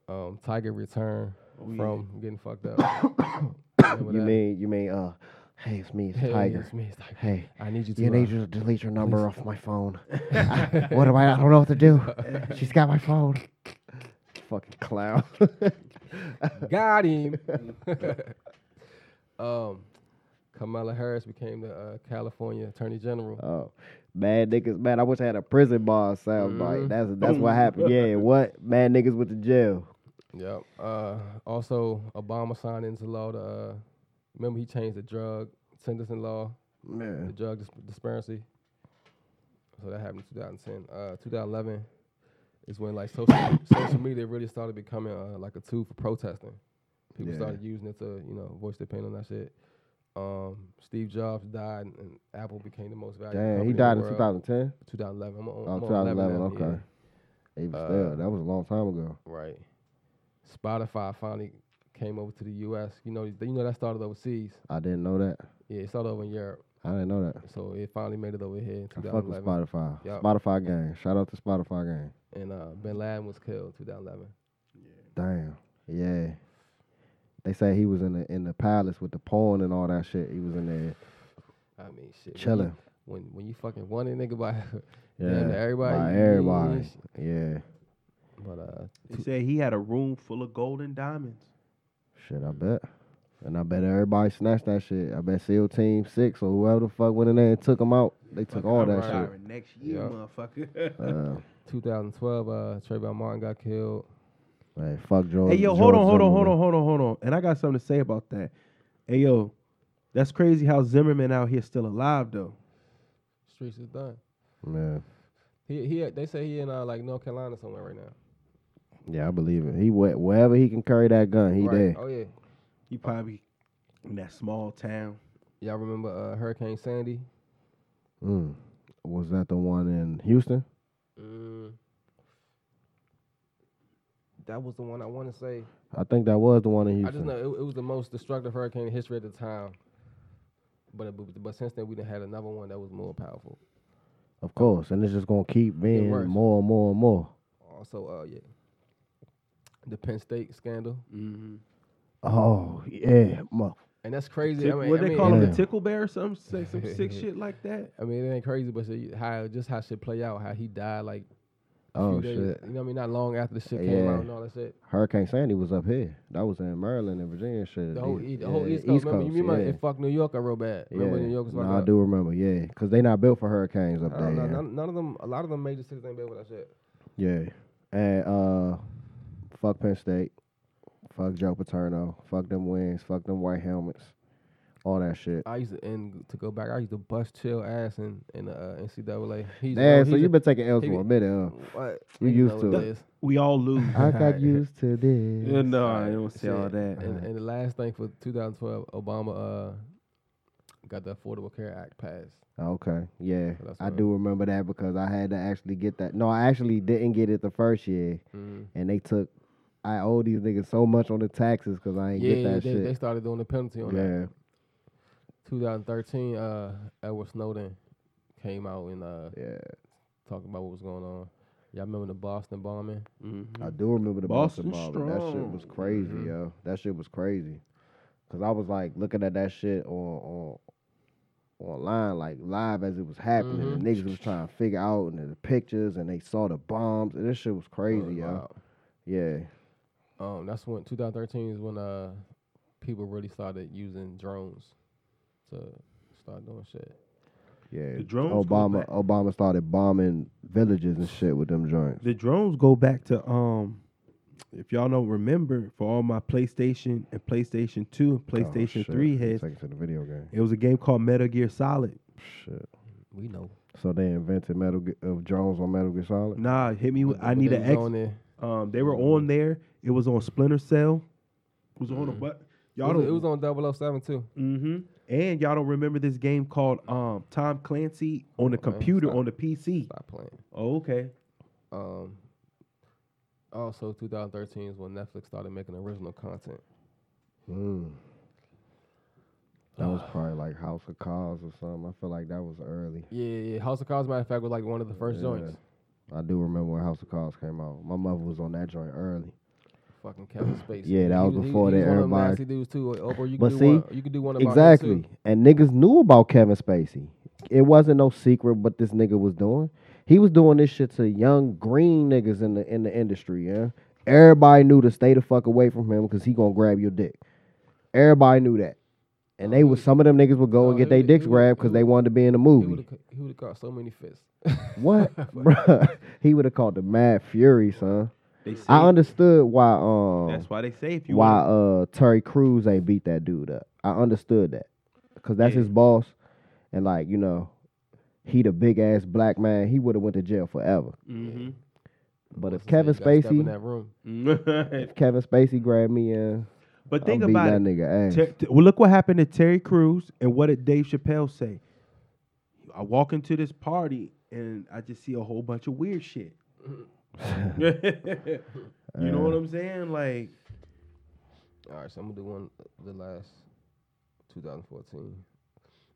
Um, Tiger return Oh, yeah. from getting fucked up. Remember You that? mean you mean uh, hey, it's me, it's Hey, Tiger. it's me, it's Tiger. Hey, I need you to. you need uh, you to delete your number off my phone. what am I? I don't know what to do. She's got my phone. Fucking clown. Got him. um, Kamala Harris became the uh, California Attorney General. Oh, mad niggas, man. I wish I had a prison bar sound bite. Mhm. That's that's what happened. Yeah, what mad niggas with the jail. Yep. Uh, also, Obama signed into law. To, uh, remember, he changed the drug sentencing law, the Man, drug dis- disparity. So that happened in 2010. Uh, 2011 is when like social social media really started becoming uh, like a tool for protesting. People Yeah. started using it to you know voice their pain on that shit. Um, Steve Jobs died, and Apple became the most valuable. damn, company he in the died in world. 2010. 2011. I'm on, Oh, I'm on 11 2011. now, yeah. Okay, even Uh, still, that was a long time ago. Right. Spotify finally came over to the U.S. You know, you know that started overseas. I didn't know that. Yeah, it started over in Europe, I didn't know that. so it finally made it over here in I fuck with 2011. Spotify. Yup. Spotify gang. Shout out to Spotify gang. and uh, Bin Laden was killed 2011. Damn. Yeah. They say he was in the in the palace with the porn and all that shit. He was in there I mean, shit. when you- chilling. When when you fucking want a nigga by, Yeah. damn, to everybody. By you- everybody. Yeah. But uh, They said he had a room full of gold and diamonds. Shit, I bet. And I bet everybody snatched that shit. I bet SEAL Team Six or whoever the fuck went in there and took them out. They took all that shit. shit. Next year, Yeah. motherfucker. Uh, 2012, uh, Trayvon Martin got killed. man, fuck George. Hey yo, hold on, hold on, hold on, hold on, hold on. And I got something to say about that. Hey yo, that's crazy how Zimmerman out here still alive though. Streets is done. on. He he. They say he in uh, like North Carolina somewhere right now. Yeah, yeah, I believe it. He went wherever he can carry that gun. He right. did. Oh yeah. He probably in that small town. Y'all remember uh, Hurricane Sandy? Mm. Was that the one in Houston? Mm. That was the one I want to say. I think that was the one in I just Houston. know it, it was the most destructive hurricane in history at the time. But, it- but but since then we done had another one that was more powerful. Of course, and it's just gonna keep being worse. more and more and more. Also, uh, yeah, the Penn State scandal, Mm-hmm. Oh yeah, mo- and that's crazy. I mean, what I they mean, call him, Yeah. the tickle bear or something? Say some sick shit like that. I mean, it ain't crazy, but so you- how just how shit play out, how he died like a a few Oh, days. shit. You know what I mean? Not long after the shit came Yeah. out and all that shit. Hurricane Sandy was up here. That was in Maryland and Virginia. and Shit. The whole, Yeah, e- the whole yeah, East Coast. remember, you remember yeah. it fucked New York up real bad. Remember Yeah. New York was fucked Nah, up. I do remember, yeah, because they not built for hurricanes up I there. don't know, yeah. none, none of them, a lot of them major cities ain't been with that shit. Yeah. And uh fuck Penn State. Fuck Joe Paterno. Fuck them wins. Fuck them white helmets. All that shit. I used to, and to go back, I used to bust chill ass in, in the uh, NCAA. He's Yeah, real- so he's you've a- been taking L's he for be- a minute, huh? What? You know used what to it. is. We all lose. I got used to this. Yeah, no, Alright, I don't say all shit. that. And, and the last thing for 2012, Obama uh, got the Affordable Care Act passed. Okay, yeah, So that's I what- do remember that because I had to actually get that. No, I actually didn't get it the first year, Mhm. and they took. I owe these niggas so much on the taxes because I ain't Yeah, get that they, shit. they started doing the penalty on that. yeah, 2013, uh, Edward Snowden came out and uh, yeah, talking about what was going on. Y'all remember the Boston bombing? Mm-hmm. I Mm. do remember the Boston, Boston bombing. That shit strong. was crazy, Mm-hmm. yo. That shit was crazy. Cause I was like looking at that shit on on online, like live as it was happening. Mm-hmm. And niggas was trying to figure out and the pictures, and they saw the bombs, and this shit was crazy, yo. Wow. Yeah, Um, that's when 2013 is when uh people really started using drones to start doing shit. Yeah, The drones go Obama back. Obama started bombing villages and shit with them joints. The drones go back to um, if y'all don't remember, for all my PlayStation and PlayStation Two and Oh, PlayStation shit. Three heads, Take it to the video game. it was a game called Metal Gear Solid. Shit. We know. So they invented metal Ge- of drones on Metal Gear Solid. Nah, hit me. With, But- I but need they an was X. on Mm-hmm. there. Um, they were on there. It was on Splinter Cell. It was on a but Mm. It y'all was, don't. it was on 007 too. hmm And y'all don't remember this game called um Tom Clancy on the on, Oh, man, computer stop. on the PC. Stop playing. Oh, okay. Um, also, 2013 is when Netflix started making original content. Mm. That was Ah. probably like House of Cards or something. I feel like that was early. Yeah, yeah. House of Cards, matter of fact, was like one of the first Yeah. joints. I do remember when House of Cards came out. My mother was on that joint early. Fucking Kevin Spacey. Yeah, that He was he- before he that was one of them everybody- nasty dudes too. Oprah, you can But do see, one. You can do one about him, too. Exactly. And niggas knew about Kevin Spacey. It wasn't no secret what this nigga was doing. He was doing this shit to young green niggas in the in the industry, yeah. Everybody knew to stay the fuck away from him because he gonna grab your dick. Everybody knew that. And they was some of them niggas would go no, and he get their would- dicks Oh, he would- grabbed because he they would- wanted to be in the He movie. would have he would have caught so many fists. What? Bruh. he would have caught the mad fury, son. They say, I understood why um That's why they say if you why wanna- uh Terry Crews ain't beat that dude up. I understood that because that's Yeah. his boss, and like you know, he the big ass black man. He would have went to jail forever. Mhm. But if Listen, you Kevin gotta step in Spacey, that room. if Kevin Spacey grabbed me, and Mm-hmm. but I'm think beating about that it. nigga ass. Ter- t- well, look what happened to Terry Crews and what did Dave Chappelle say? I walk into this party and I just see a whole bunch of weird shit. you know Uh. what I'm saying? Like, All right, so I'm gonna do one. The last 2014.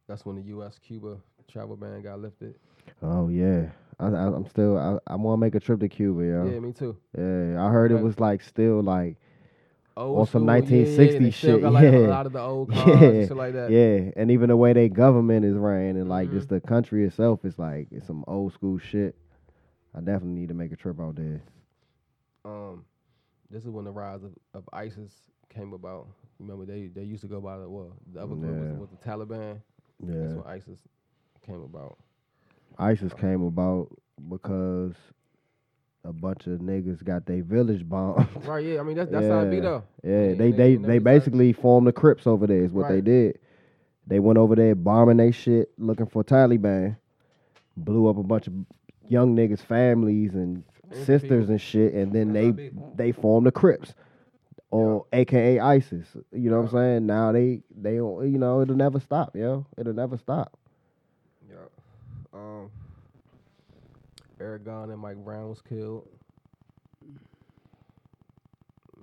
That's when the U.S. Cuba travel ban got lifted. oh yeah, I, I, I'm still. I, I want to make a trip to Cuba, yo. Yeah, me too. Yeah, I heard it Right. was like still like Old On some school, yeah, yeah, 1960 they still shit, Got, like, yeah. a lot of the old cars, yeah, shit like that. yeah, and even the way they government is ran and like Mhm. Mm-hmm. just the country itself is like it's some old school shit. I definitely need to make a trip out there. Um, this is when the rise of, of ISIS came about. Remember, they they used to go by the well, the other group was, Yeah. was the Taliban. Yeah. That's when ISIS came about. ISIS came about because a bunch of niggas got their village bombed. Right? Yeah. I mean, that's that's how it be Yeah. though. yeah, Yeah, they they- they, they they decided- basically formed the Crips over there. Is what they Right. did. They went over there bombing they shit, looking for Taliban. Blew up a bunch of young niggas' families and And sisters people. and shit, and then That's how they it be. they formed the Crips, or AKA ISIS. You know what I'm saying? Now they they don't- you know it'll never stop, yo. It'll never stop. Yeah. Um. Aragon and Mike Brown was killed.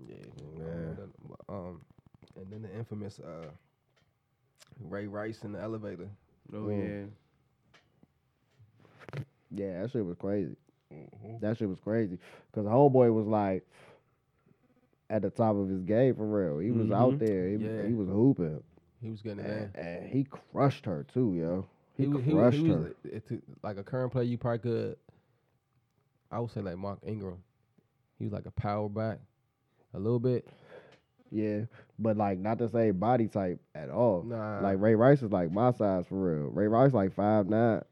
Yeah. I don't know Yeah. that- but, Um. And then the infamous uh. Ray Rice in the elevator. oh Mm. Yeah, that shit was crazy. That shit was crazy. Cause homeboy was like at the top of his game for real. He was out Mhm. there. He, Yeah. he was hooping. He was getting it in. And, and he crushed her too, yo. He, was- crushed was- her. it- it- like a current player, you probably could I would say like Mark Ingram. He was like a power back, a little bit. Yeah, but like not the same body type at all. Nah. Like Ray Rice is like my size for real. Ray Rice like five nine,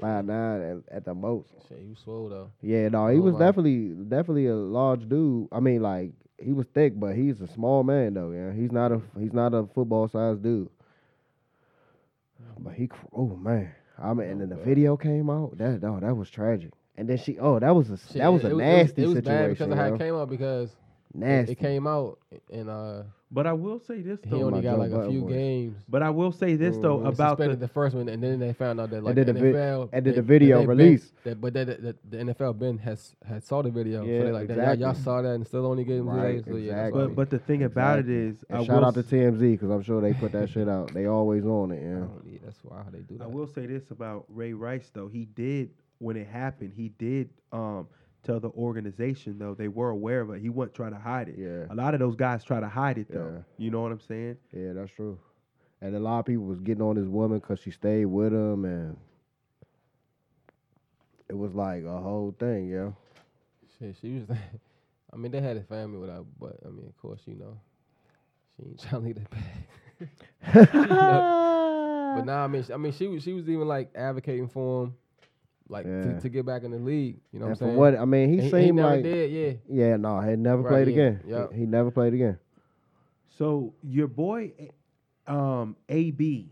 five nine at, at the most. Shit, he was swole though. Yeah, no, he Oh, was wow. definitely definitely a large dude. I mean, like he was thick, but he's a small man though. Yeah, he's not a he's not a football sized dude. But he, cr- oh man, I mean, Oh, and then the video came out. That no, that was tragic. And then she, oh, that was a s- Shit, that was a it nasty it was, it was Bad because situation. of how yo. it came out because Nasty. it came out and uh But I will say this he though. only my got Joe like a Button few boys. games. but I will say this though They about suspended the the first one, and then they found out that like then the vi- NFL and then they- the video they been- released. that- but that, that- the NFL Ben has had saw the video, Yeah, so they like that, y'all, y'all exactly. saw that and still only gave him Right, two days. So yeah, that's exactly. why but, but the thing about it is And I shout will out to s- TMZ because I'm sure they put that shit out. They always on it. we- Yeah. yeah, that's why how they do that. I will say this about Ray Rice though. He did when it happened. He did um, tell the organization though they were aware of it. He wasn't trying to hide it. Yeah. A lot of those guys try to hide it though. Yeah. You know what I'm saying? Yeah, that's true. And a lot of people was getting on this woman because she stayed with him, and it was like a whole thing, yeah. Shit, she was. I mean, they had a family without, but I mean, of course, you know, she ain't trying to leave that back. but nah, I mean, sh- I mean, she was she was even like advocating for him, like Yeah. to, to get back in the league. You know what and I'm from saying? what I mean, he, And seemed never like did, yeah. yeah, no, he never Right, played yeah, again. He- yeah. He, never played again. So your boy, eh, um, AB.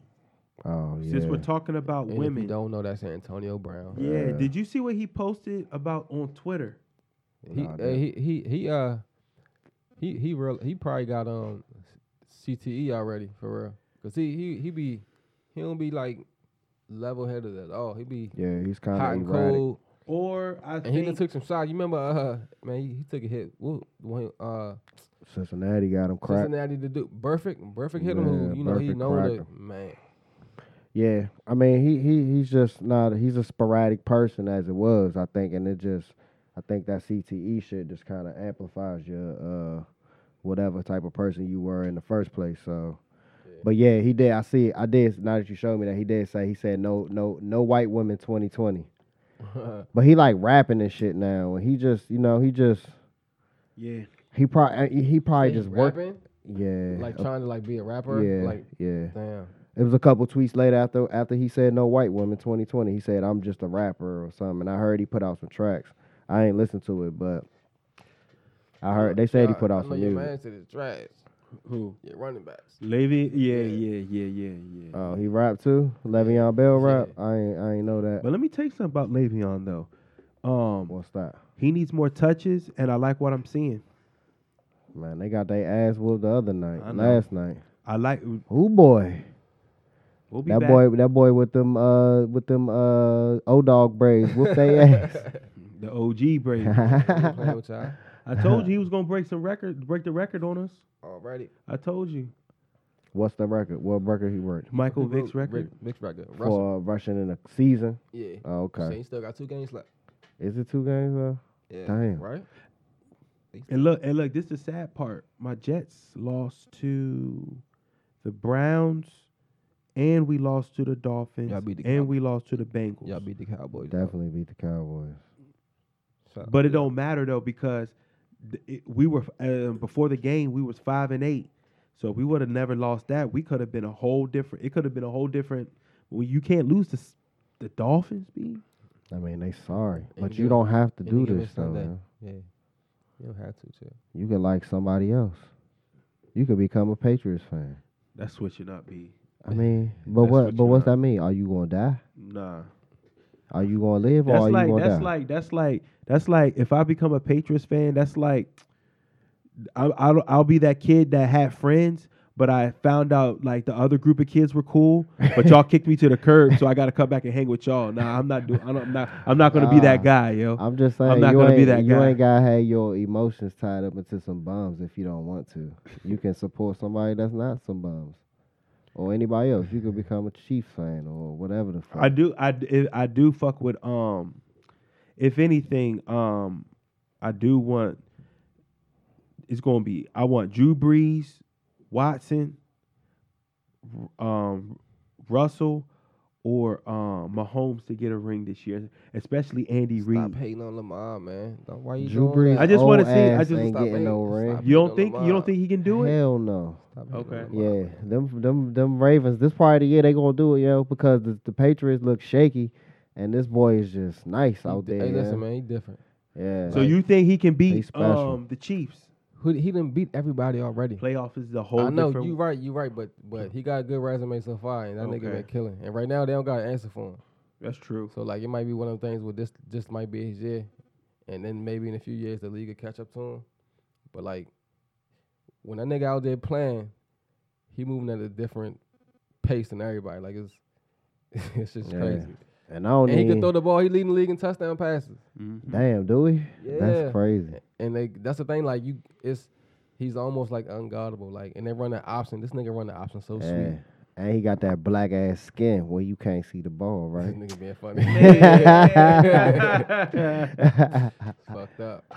Oh yeah, Since we're talking about And if women, you don't know that's Antonio Brown. yeah. Yeah. Did you see what he posted about on Twitter? He, Nah, uh, dude. he he he uh he he real he probably got um CTE already for real because he he he be he don't be like level headed at all. He be yeah, he's kind hot of and erratic. cold, Or I and he done think took some shots. You remember uh man he, he took a hit. Woo, when, uh Cincinnati got him cracked. Cincinnati to do perfect perfect hit him who Yeah, you know he Burfict know cracked that man. Yeah, I mean he he he's just not he's a sporadic person as it was I think, and it just I think that CTE shit just kind of amplifies your uh whatever type of person you were in the first place. So, but yeah, he did. I see. I did. Now that you showed me that, he did say he said no no no white women twenty twenty. But he like rapping and shit now, and he just you know he just yeah. he probably he probably He just working. rapping Yeah, like uh, trying to like be a rapper. yeah, like yeah. damn. It was a couple tweets later after after he said no white woman 2020. He said I'm just a rapper or something. And I heard he put out some tracks. I ain't listened to it, but I heard they said he Nah, put I out know some your music. man said it's trash. Who? Your running backs. Levy? Yeah, Uh, yeah, yeah, yeah, yeah. Oh, he rapped too. Le'Veon Bell Yeah. rap. I ain't I ain't know that. But let me tell you something about Le'Veon though. Um, What's that, he needs more touches, and I like what I'm seeing. man? They got their ass whooped the other I night, know. last night. I like. Oh boy, We'll be that back. boy, that boy with them uh with them uh old dog braids whooped their The OG break. ass. Playing with y'all. I told you he was gonna break some record, break the record on us. Alrighty. I told you, What's the record? What record he worked Michael Who wrote Vick's record. Vick- Vick's record. Russell. for rushing in a season? Yeah. Oh, So okay, he still got two games left. is it two games though? Yeah. Damn. Right? And look, and look, this is the sad part. My Jets lost to the Browns, and we lost to the Dolphins, Y'all beat the and Cow- we lost to the Bengals. Y'all beat the Cowboys. though. Definitely beat the Cowboys. Shout out But it to them. don't matter though because th- it, we were uh, before the game we was five and eight, so if we would have never lost that, we could have been a whole different. It could have been a whole different. Well, you can't lose the s- the Dolphins, B. I mean, they sorry, Any but you given- don't have to any do given this though. Sunday. man. Yeah. You don't have to, too. You could like somebody else. You could become a Patriots fan. That's switching up, B. I mean, but what? That's what but you what's are. that mean? Are you gonna die? Nah, Are you gonna live or that's are like you gonna that's die? like that's like that's like if I become a Patriots fan, that's like I, I'll I'll be that kid that had friends. But I found out like the other group of kids were cool, but y'all kicked me to the curb, so I got to come back and hang with y'all. Nah, I'm not doing. I'm not. I'm not gonna be Ah. that guy, yo. I'm just saying, I'm not you gonna be ain't- that you guy. ain't gotta have your emotions tied up into some bums if you don't want to. You can support somebody that's not some bums, or anybody else. You could become a Chiefs fan or whatever the fuck. I do. I, d- I do fuck with um. If anything, um, I do want. It's gonna be. I want Drew Brees, Watson, um, Russell, or um, Mahomes to get a ring this year, especially Andy Stop Reid. hating on Lamar, man. Don't- Why you Drew doing Brees. that? I just old wanna see- I ass just- ain't Stop getting hating- no stop ring. hating You don't on think you Lamar. don't think he can do it? Hell no. Stop hating on Okay. Lamar, Yeah, man. them them them Ravens. This part of the year they gonna do it, yo, because the, the Patriots look shaky, and this boy is just nice out He- there. Hey, listen, man. man, he different. Yeah. So you think he can beat he's special. um, the Chiefs? Who he didn't beat everybody already. Playoff is the whole I know different. you right, you right, but but he got a good resume so far, and that nigga Okay. been killing. And right now they don't got an answer for him. That's true. So like it might be one of them things where this just might be his year, and then maybe in a few years the league will catch up to him. But like when that nigga out there playing, he moving at a different pace than everybody. Like it's it's just Yeah. crazy. and I don't And he even. can throw the ball. He leading the league in touchdown passes. damn, do we? Yeah. That's crazy. And they that's the thing. Like you, it's he's almost like unguardable. Like and they run the option. This nigga run the option so Yeah. sweet. And he got that black ass skin where you can't see the ball, This right? nigga being funny. Fucked up.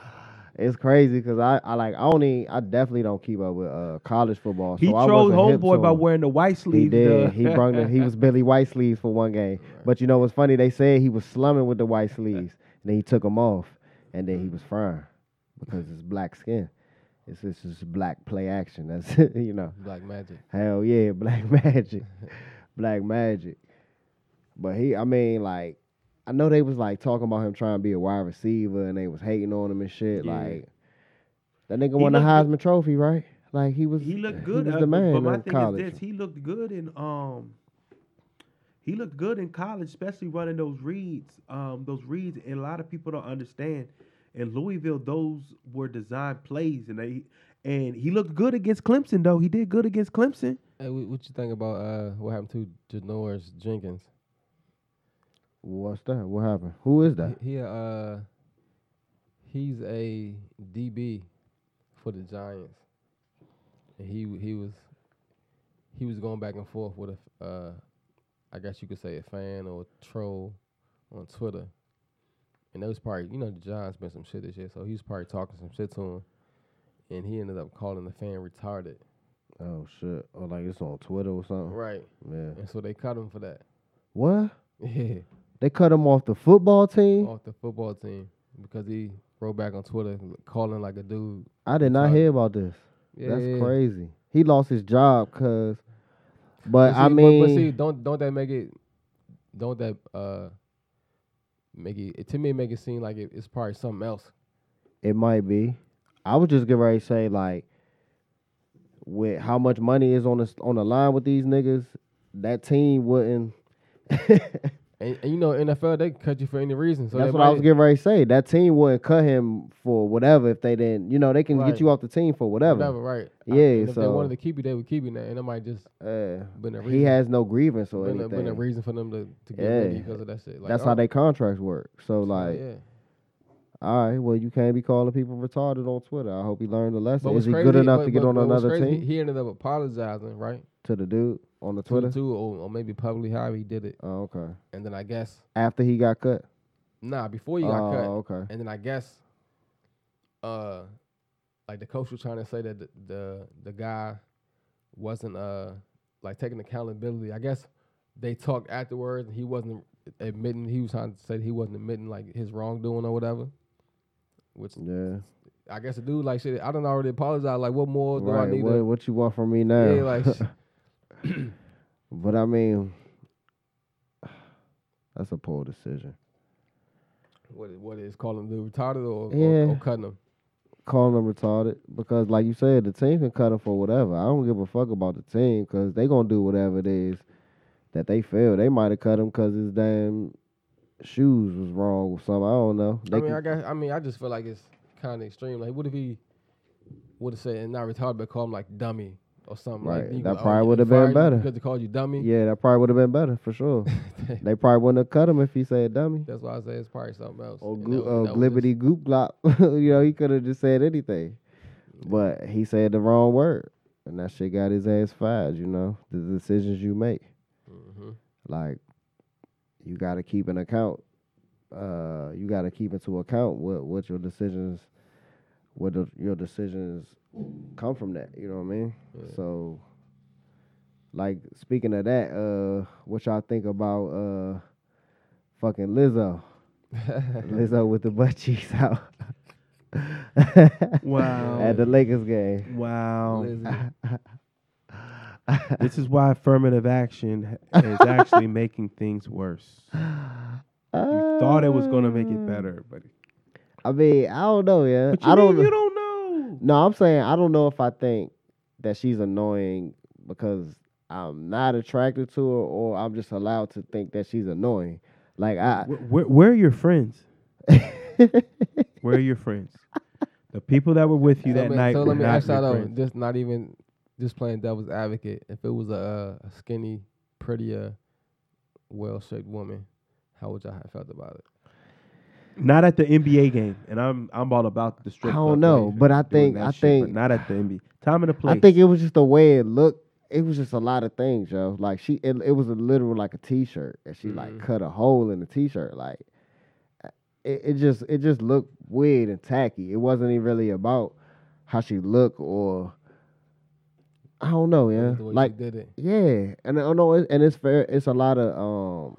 it's crazy because I, I like I only I definitely don't keep up with uh, college football. he so I trolled wasn't hip to homeboy by him. wearing the white sleeves. He did. duh. He brung the, he was Billy White sleeves for one game. But you know what's funny? They said he was slumming with the white sleeves. And then he took them off, and then he was frying because it's black skin. It's it's just black play action. That's it, you know Black magic. hell yeah, black magic, black magic. But he, I mean, like I know they was like talking about him trying to be a wide receiver, and they was hating on him and shit. Yeah. Like that nigga He won the looked Heisman Trophy, right? Like he was he looked good. He was uh, the man but my in thing college. is this: he looked good in um. He looked good in college, especially running those reads. Um, those reads, and a lot of people don't understand. In Louisville, those were design plays, and they and he looked good against Clemson. Though he did good against Clemson. Hey, what, what you think about uh, what happened to Janoris Jenkins? What's that? What happened? Who is that? He, he, uh, he's a DB for the Giants. And he w- he was he was going back and forth with a f- uh, I guess you could say a fan or a troll on Twitter. And that was probably you know the Giants been some shit this year, so he was probably talking some shit to him. And he ended up calling the fan retarded. Oh shit! Oh, like it's on Twitter or something. Right. Yeah. And so they cut him for that. What? Yeah. They cut him off the football team? off the football team because he wrote back on Twitter calling like a dude. I did not hear about this. That's Yeah. crazy. He lost his job because. But But see, I mean, but, see, don't don't that make it, don't that uh, make it, to me make it seem like it, it's probably something else. it might be. I was just getting ready to say like, with how much money is on the on the line with these niggas, that team wouldn't. And, and you know NFL they cut you for any reason. So That's they what I was might- getting ready to say. That team wouldn't cut him for whatever if they didn't. You know, they can Right. get you off the team for Whatever, whatever. right? I- Yeah, and if they so- wanted to keep you, they would keep you. Now, and it might just Uh, been a he reason. has no grievance or been a, anything. been a reason for them to, to get rid of Yeah. you because of that shit. Like, That's oh, how they contracts work. So yeah, like, yeah. all right, well, you can't be calling people retarded on Twitter. I hope he learned a lesson. But Is what's he crazy, good enough but- to get but- on but what's another crazy, team He ended up apologizing, right? to the dude on the To the Twitter? two, or, or maybe publicly how he did it. Oh, okay. And then I guess After he got cut. Nah, before you got oh, cut. okay. And then I guess, uh, like the coach was trying to say that the the, the guy wasn't uh like taking accountability. I guess they talked afterwards. and He wasn't admitting. He was trying to say he wasn't admitting like his wrongdoing or whatever. Which Yeah. I guess the dude like shit. I done already apologized. Like what more do I Right. need? What, to, what you want from me now? Yeah, like sh- but I mean, that's a poor decision. what is- what is calling the dude retarded or, Yeah. or, or cutting him? Calling him retarded because, like you said, the team can cut him for whatever. I don't give a fuck about the team because they gonna do whatever it is that they feel. They might have cut him because his damn shoes was wrong or something. I don't know. They I mean, can- I guess, I mean, I just feel like it's kind of extreme. Like, what if he would have said, and not retarded, but call him like dummy or something? Right, Like, you that go, oh, probably you- would've they been fired you better. because they called you dummy. Yeah, that probably would have been better for sure. they probably wouldn't have cut him if he said dummy That's why I say it's probably something else. or And goo- that- and uh, that was just- glibbity goop glop. you know, he could have just said anything, but he said the wrong word, and that shit got his ass fired. You know, the decisions you make, Mhm. like you got to keep an account. Uh, you got to keep into account what what your decisions, what the, your decisions come from that. You know what I mean? Yeah. So Like speaking of that, uh, what y'all think about uh, fucking Lizzo? Lizzo with the butt cheeks out. Wow. At the Lakers game. Wow. um, Lizzo. this is why affirmative action h- is actually making things worse. You thought it was gonna make it better, but, I mean, I don't know, yeah. But you I don't. mean know. you don't know. No, I'm saying I don't know if I think that she's annoying because I'm not attracted to her, or I'm just allowed to think that she's annoying. Like I, Wh- Where, where are your friends? Where are your friends? The people that were with you so that let me- night So were let me not ask your y'all though, friends. just not even just playing devil's advocate. If it was a, uh, a skinny, prettier, well-shaped woman, how would y'all have felt about it? Not at the NBA game, and I'm I'm all about the strip. I don't club know, life and but I doing think- that I shit, but think- not at the NBA time and the place. I think it was just the way it looked. It was just a lot of things, yo. Like she, it, it was a literal like a t-shirt, and she Mm-hmm. like cut a hole in the t-shirt. Like it, it just, it just looked weird and tacky. It wasn't even really about how she looked or I don't know, yeah. The way Like she did it, Yeah, and I don't know, it- and it's fair. It's a lot of um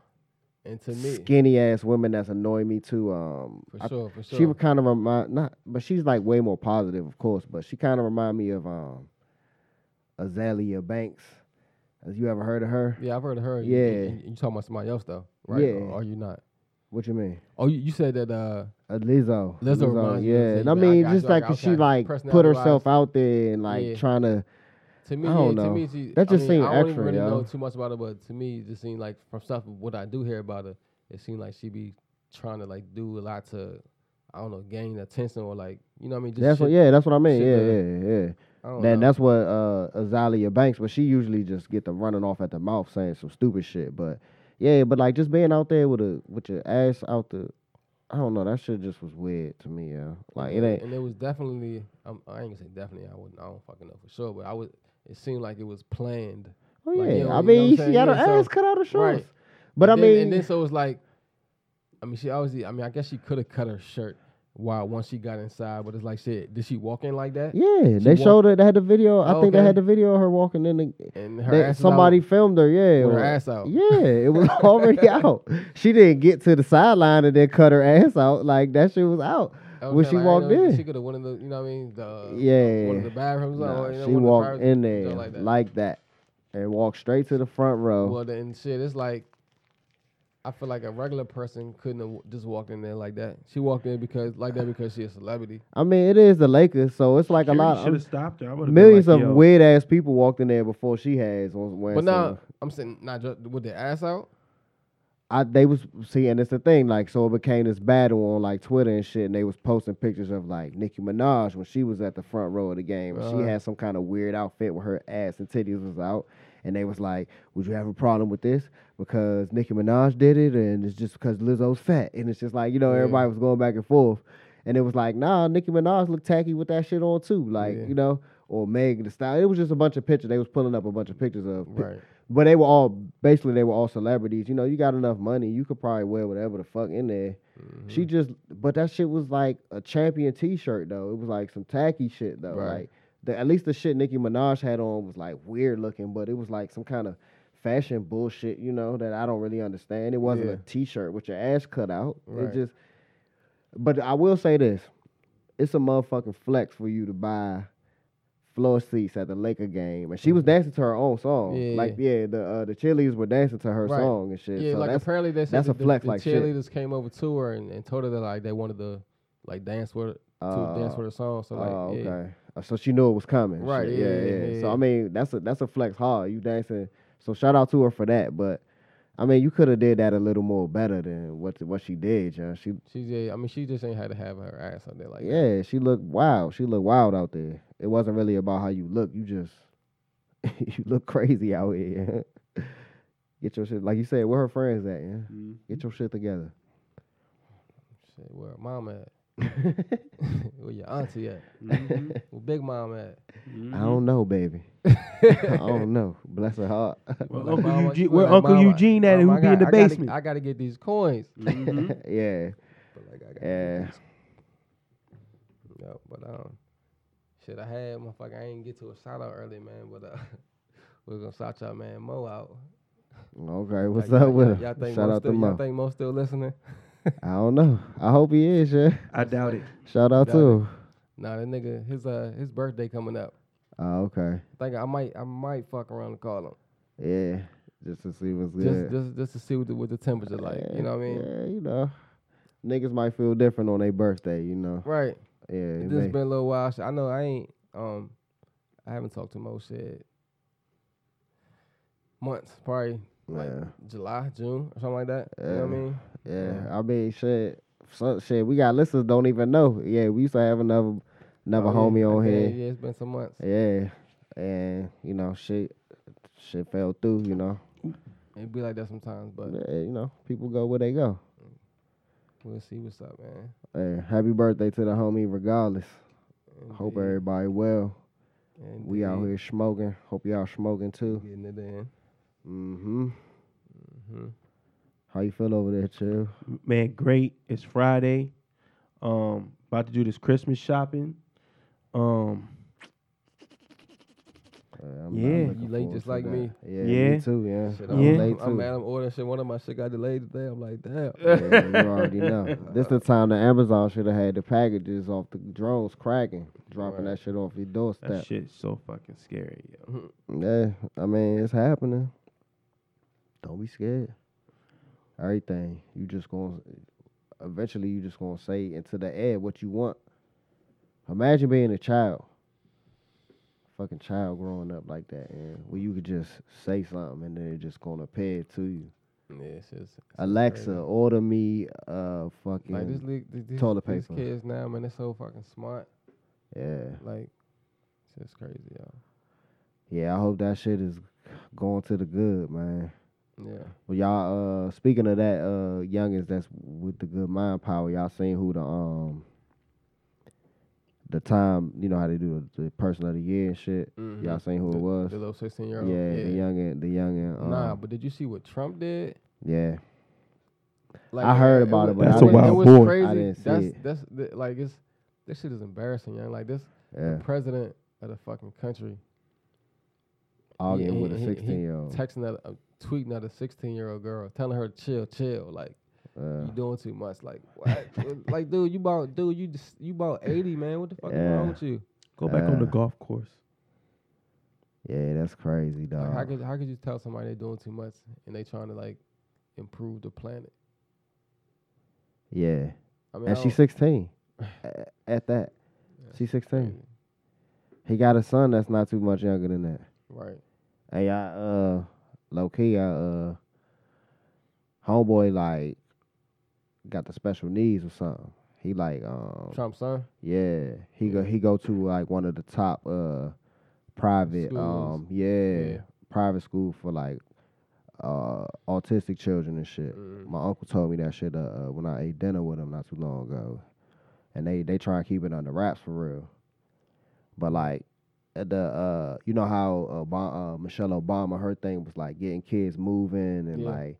and to me, skinny ass women that's annoy me too. Um, for I- sure, for sure. she would kind of remind not, but she's like way more positive, of course. But she kind of remind me of um Azalea Banks. Have you ever heard of her? yeah, I've heard of her. You- you- Yeah. you, you talking about somebody else though, right? Yeah. Or are you not? What you mean? Oh, you, you said that. uh Uh, Lizzo. Lizzo reminds you of yeah. Zay And I Banks. I mean, got just you, I like got 'cause she you. like put Personality-wise. herself out there and like Yeah. trying to. To me, I don't yeah, know. to me, she, That just I mean, seemed I don't even extra, really yo. know too much about her, but to me, it just seemed like from stuff what I do hear about her, it seemed like she be trying to like do a lot to, I don't know, gain attention or like, you know what I mean? Just That's shit, what. Yeah, that's what I mean. shit Yeah, that- yeah, yeah. I don't Then know. that's what uh, Azalea Banks, but she usually just get the running off at the mouth saying some stupid shit. But yeah, but like just being out there with a with your ass out the, I don't know. That shit just was weird to me. Yeah, like it ain't. And it was definitely, I'm, I ain't gonna say definitely, I wouldn't, I don't fucking know for sure, but I would. It seemed like it was planned. Oh Like, yeah, you know- I you know mean what I'm she saying? got her Yeah, so- ass cut out of shorts. right. But I And then- mean, and then so it's like, I mean, she obviously, I mean, I guess she could have cut her shirt while once she got inside, but it's like, shit, did she walk in like that? yeah, she they walked- showed her. They had the video. I Oh, think they okay. had the video of her walking in the. And her they- ass is out somebody filmed her, yeah. with her or- ass out. Yeah, it was already out. She didn't get to the sideline and then cut her ass out. Like that shit was out. I when was she saying, like, I walked know in. She could have went in the, you know what I mean? The, Yeah. One of the bathrooms. Nah, or, you know, she one of the walked privates, in you there know, like that. that. and walked straight to the front row. Well, then shit, it's like, I feel like a regular person couldn't have w- just walked in there like that. She walked in because like that because she a celebrity. I mean, it is the Lakers, so it's like a lot. should have of stopped her. I would have millions been like, of Yo, weird ass people walked in there before she has. On, wearing But some- now I'm saying not just with their ass out. I, they was see, and it's the thing. Like, so it became this battle on like Twitter and shit, and they was posting pictures of like Nicki Minaj when she was at the front row of the game, and she Uh-huh. had some kind of weird outfit where her ass and titties was out, and they was like, "Would you have a problem with this?" Because Nicki Minaj did it, and it's just because Lizzo's fat, and it's just like you know Yeah. everybody was going back and forth, and it was like, "Nah, Nicki Minaj looked tacky with that shit on too," like Yeah. you know, or Meg the style. It was just a bunch of pictures. They was pulling up a bunch of pictures of pi- Right. but they were all basically they were all celebrities. You know, you got enough money, you could probably wear whatever the fuck in there. She Mm-hmm. just, but that shit was like a champion T-shirt though. It was like some tacky shit though. Right. Like the, at least the shit Nicki Minaj had on was like weird looking, but it was like some kind of fashion bullshit. You know that I don't really understand. It wasn't Yeah. a T-shirt with your ass cut out. Right. It just. But I will say this: it's a motherfucking flex for you to buy floor seats at the Laker game, and she was dancing to her own song. Mm-hmm. Yeah, like yeah, the uh, the cheerleaders were dancing to her Right. song and shit. yeah, so like that's, apparently they said that's that a the, flex the like shit. cheerleaders came over to her and, and told her that like they wanted to like dance with her, to dance Uh, with her song. So like oh, yeah. okay. Uh, So she knew it was coming. and Right, shit. yeah, yeah, yeah, yeah, yeah, So yeah. I mean, that's a that's a flex hard. You dancing. So shout out to her for that. But I mean, you could have did that a little more better than what what she did. Yeah, she She's yeah, I mean she just ain't had to have her ass out there like that. yeah, she looked wild. She looked wild out there. It wasn't really about how you look. You just you look crazy out here. Get your shit like you said. Where her friends at? Yeah, get your shit together. Shit, where mom at? where your auntie at? Mm-hmm, Where big mom at? Mm-hmm. I don't know, baby. I don't know. Bless her heart. Well, Like, Uncle mama, Eugene, she where like, Uncle "Mama, Eugene at? mama, Who I be in gotta- the I gotta- basement? I gotta get these coins. Mm-hmm. yeah, But like, I gotta yeah. get- no, but um, shit, I had motherfucker. I ain't get to a shout out early, man. But uh, We're gonna shout y'all man Mo out. Okay, what's Like, up y'all- with y'all- him? Y'all think Shout Mo out still, to y'all Mo. think Mo still listening? I don't know. I hope he is. Yeah. I doubt it. Shout out Doubt to it. him. Nah, that nigga, his uh, his birthday coming up. Oh, okay. Think I might, I might fuck around and call him Yeah. Just to see what's just, good. just, just to see what the, what the temperature like. You know what I mean? Yeah, you know. Niggas might feel different on their birthday, you know. Right. Yeah. It's it just may- been a little while. So I know I ain't, um, I haven't talked to Mo shit months, probably like Yeah. July, June, or something like that. You know what I Yeah. mean? Yeah, Yeah. I mean, shit, so, shit, we got listeners don't even know. Yeah, we used to have another, another Oh, yeah, homie I on think, here. Yeah, it's been some months. Yeah. and you know, shit, shit fell through. You know, It be like that sometimes, but Yeah, you know, people go where they go. we'll see what's up, man. Yeah, happy birthday to the homie, regardless. Hope Indeed, everybody well. We out indeed. here smoking. Hope y'all smoking too. getting it in. Mm-hmm. Mhm. How you feel over there, chill? man, great. It's Friday. Um, about to do this Christmas shopping. Um, Uh, I'm- I'm Yeah. looking You late forward just to like that. me. Yeah, Yeah. me too. Yeah, Shit, I'm I'm, Yeah. late I'm too. mad. I'm ordering shit. One of my shit got delayed today. I'm like, damn. Yeah, you already know. This the time that Amazon should have had the packages off the drones cracking, dropping Right. that shit off your that doorstep. shit's so fucking scary, yo. Yeah, I mean it's happening. Don't be scared. Everything you just gonna eventually you just gonna say into the air what you want. Imagine being a child, fucking child growing up like that, and where you could just say something and then it just gonna appear to you. Yeah, it's just it's Alexa, crazy. order me uh fucking Like this, li- th- these, toilet these paper. kids now, man, they're so fucking smart. yeah. Like, it's just crazy, yo. Yeah, I hope that shit is going to the good, man. Yeah. Well, y'all, uh, speaking of that, uh, youngest that's with the good mind power, y'all seen who the um the time, you know how they do the, the person of the year and shit. Mhm. Y'all seen who the, it was? the little sixteen year yeah, old. the youngin, the youngin. Um, nah, but did you see what Trump did? yeah, Like, I heard about it, was- but That's I a didn't- It wild was boy. I crazy. didn't see that's it. that's the, like it's this shit is embarrassing, yo. Like this, yeah. the president of the fucking country Arguing he- with a he- he sixteen year old. texting at a tweeting at a sixteen year old girl, telling her chill, chill, like. Uh, You doing too much, like what? like, dude, you bought, dude, you just, you bought eighty, man. What the fuck is wrong Yeah. with you? Go back on the Uh, golf course. yeah, that's crazy, dog. Like, how could how could you tell somebody they're doing too much and they trying to like improve the planet? yeah, I mean, and I she's don't- sixteen. A- At that, Yeah, she's sixteen. crazy. He got a son that's not too much younger than that. right? Hey, I uh, low key, I uh, homeboy like got the special needs or something. He like um, Trump's son. yeah, he go he go to like one of the top uh private Schools. um yeah, Yeah. private school for like uh autistic children and shit. Mm. My uncle told me that shit uh, uh, when I ate dinner with him not too long ago, and they they try to keep it under wraps for real. But like uh, the uh you know how uh, Bo- uh, Michelle Obama her thing was like getting kids moving and Yeah. like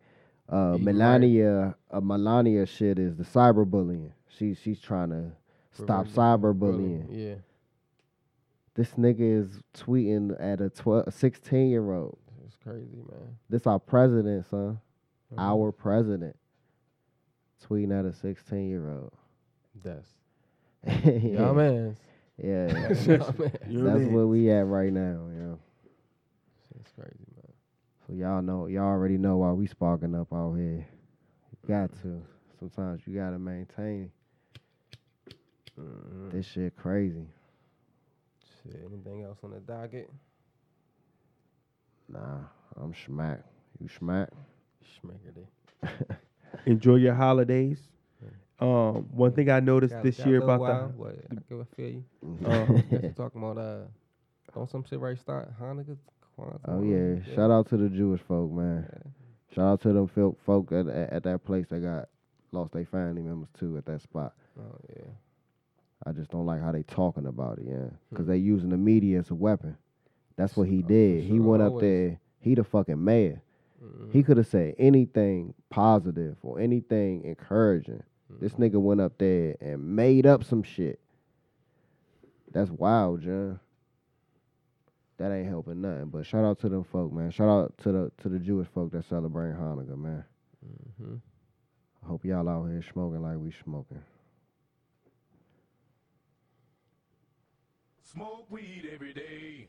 Eating uh right. Melania uh, Melania shit is the cyberbullying. She she's trying to stop Prevent it from cyberbullying. Yeah, This nigga is tweeting at a 12, 16 year old. it's crazy, man. This our president, son. Mhm. Our president. Tweeting at a 16 year old. That's yeah, yeah, y'all man. yeah. That's crazy, That's where we at right now, yeah. man. So y'all know, y'all already know why we sparking up out here. You got to. Sometimes you gotta maintain. This shit crazy. Shit, anything else on the docket? Nah, I'm smack. You smack. Schmickerty. Enjoy your holidays. Um, one thing I noticed Got- this got a year little about while, the What? I give a feel you. Mm-hmm. Um, That's you talking about uh, don't some shit right start Hanukkah. Kwanzaa, Oh all yeah. that shit? Shout out to the Jewish folk, man. Yeah. Shout out to them folk folk at, at, at that place that got lost their family members too at that spot. Oh yeah. I just don't like how they talking about it, yeah. Cause they using the media as a weapon. That's what he did. He Hmm. sure, went up always. there. He the fucking mayor. Mm. He could have said anything positive or anything encouraging. Hmm. This nigga went up there and made up some shit. That's wild, John. that ain't helping nothing. But shout out to them folk, man. Shout out to the to the Jewish folk that celebrating Hanukkah, man. hmm I hope y'all out here smoking like we smoking. Smoke weed every day.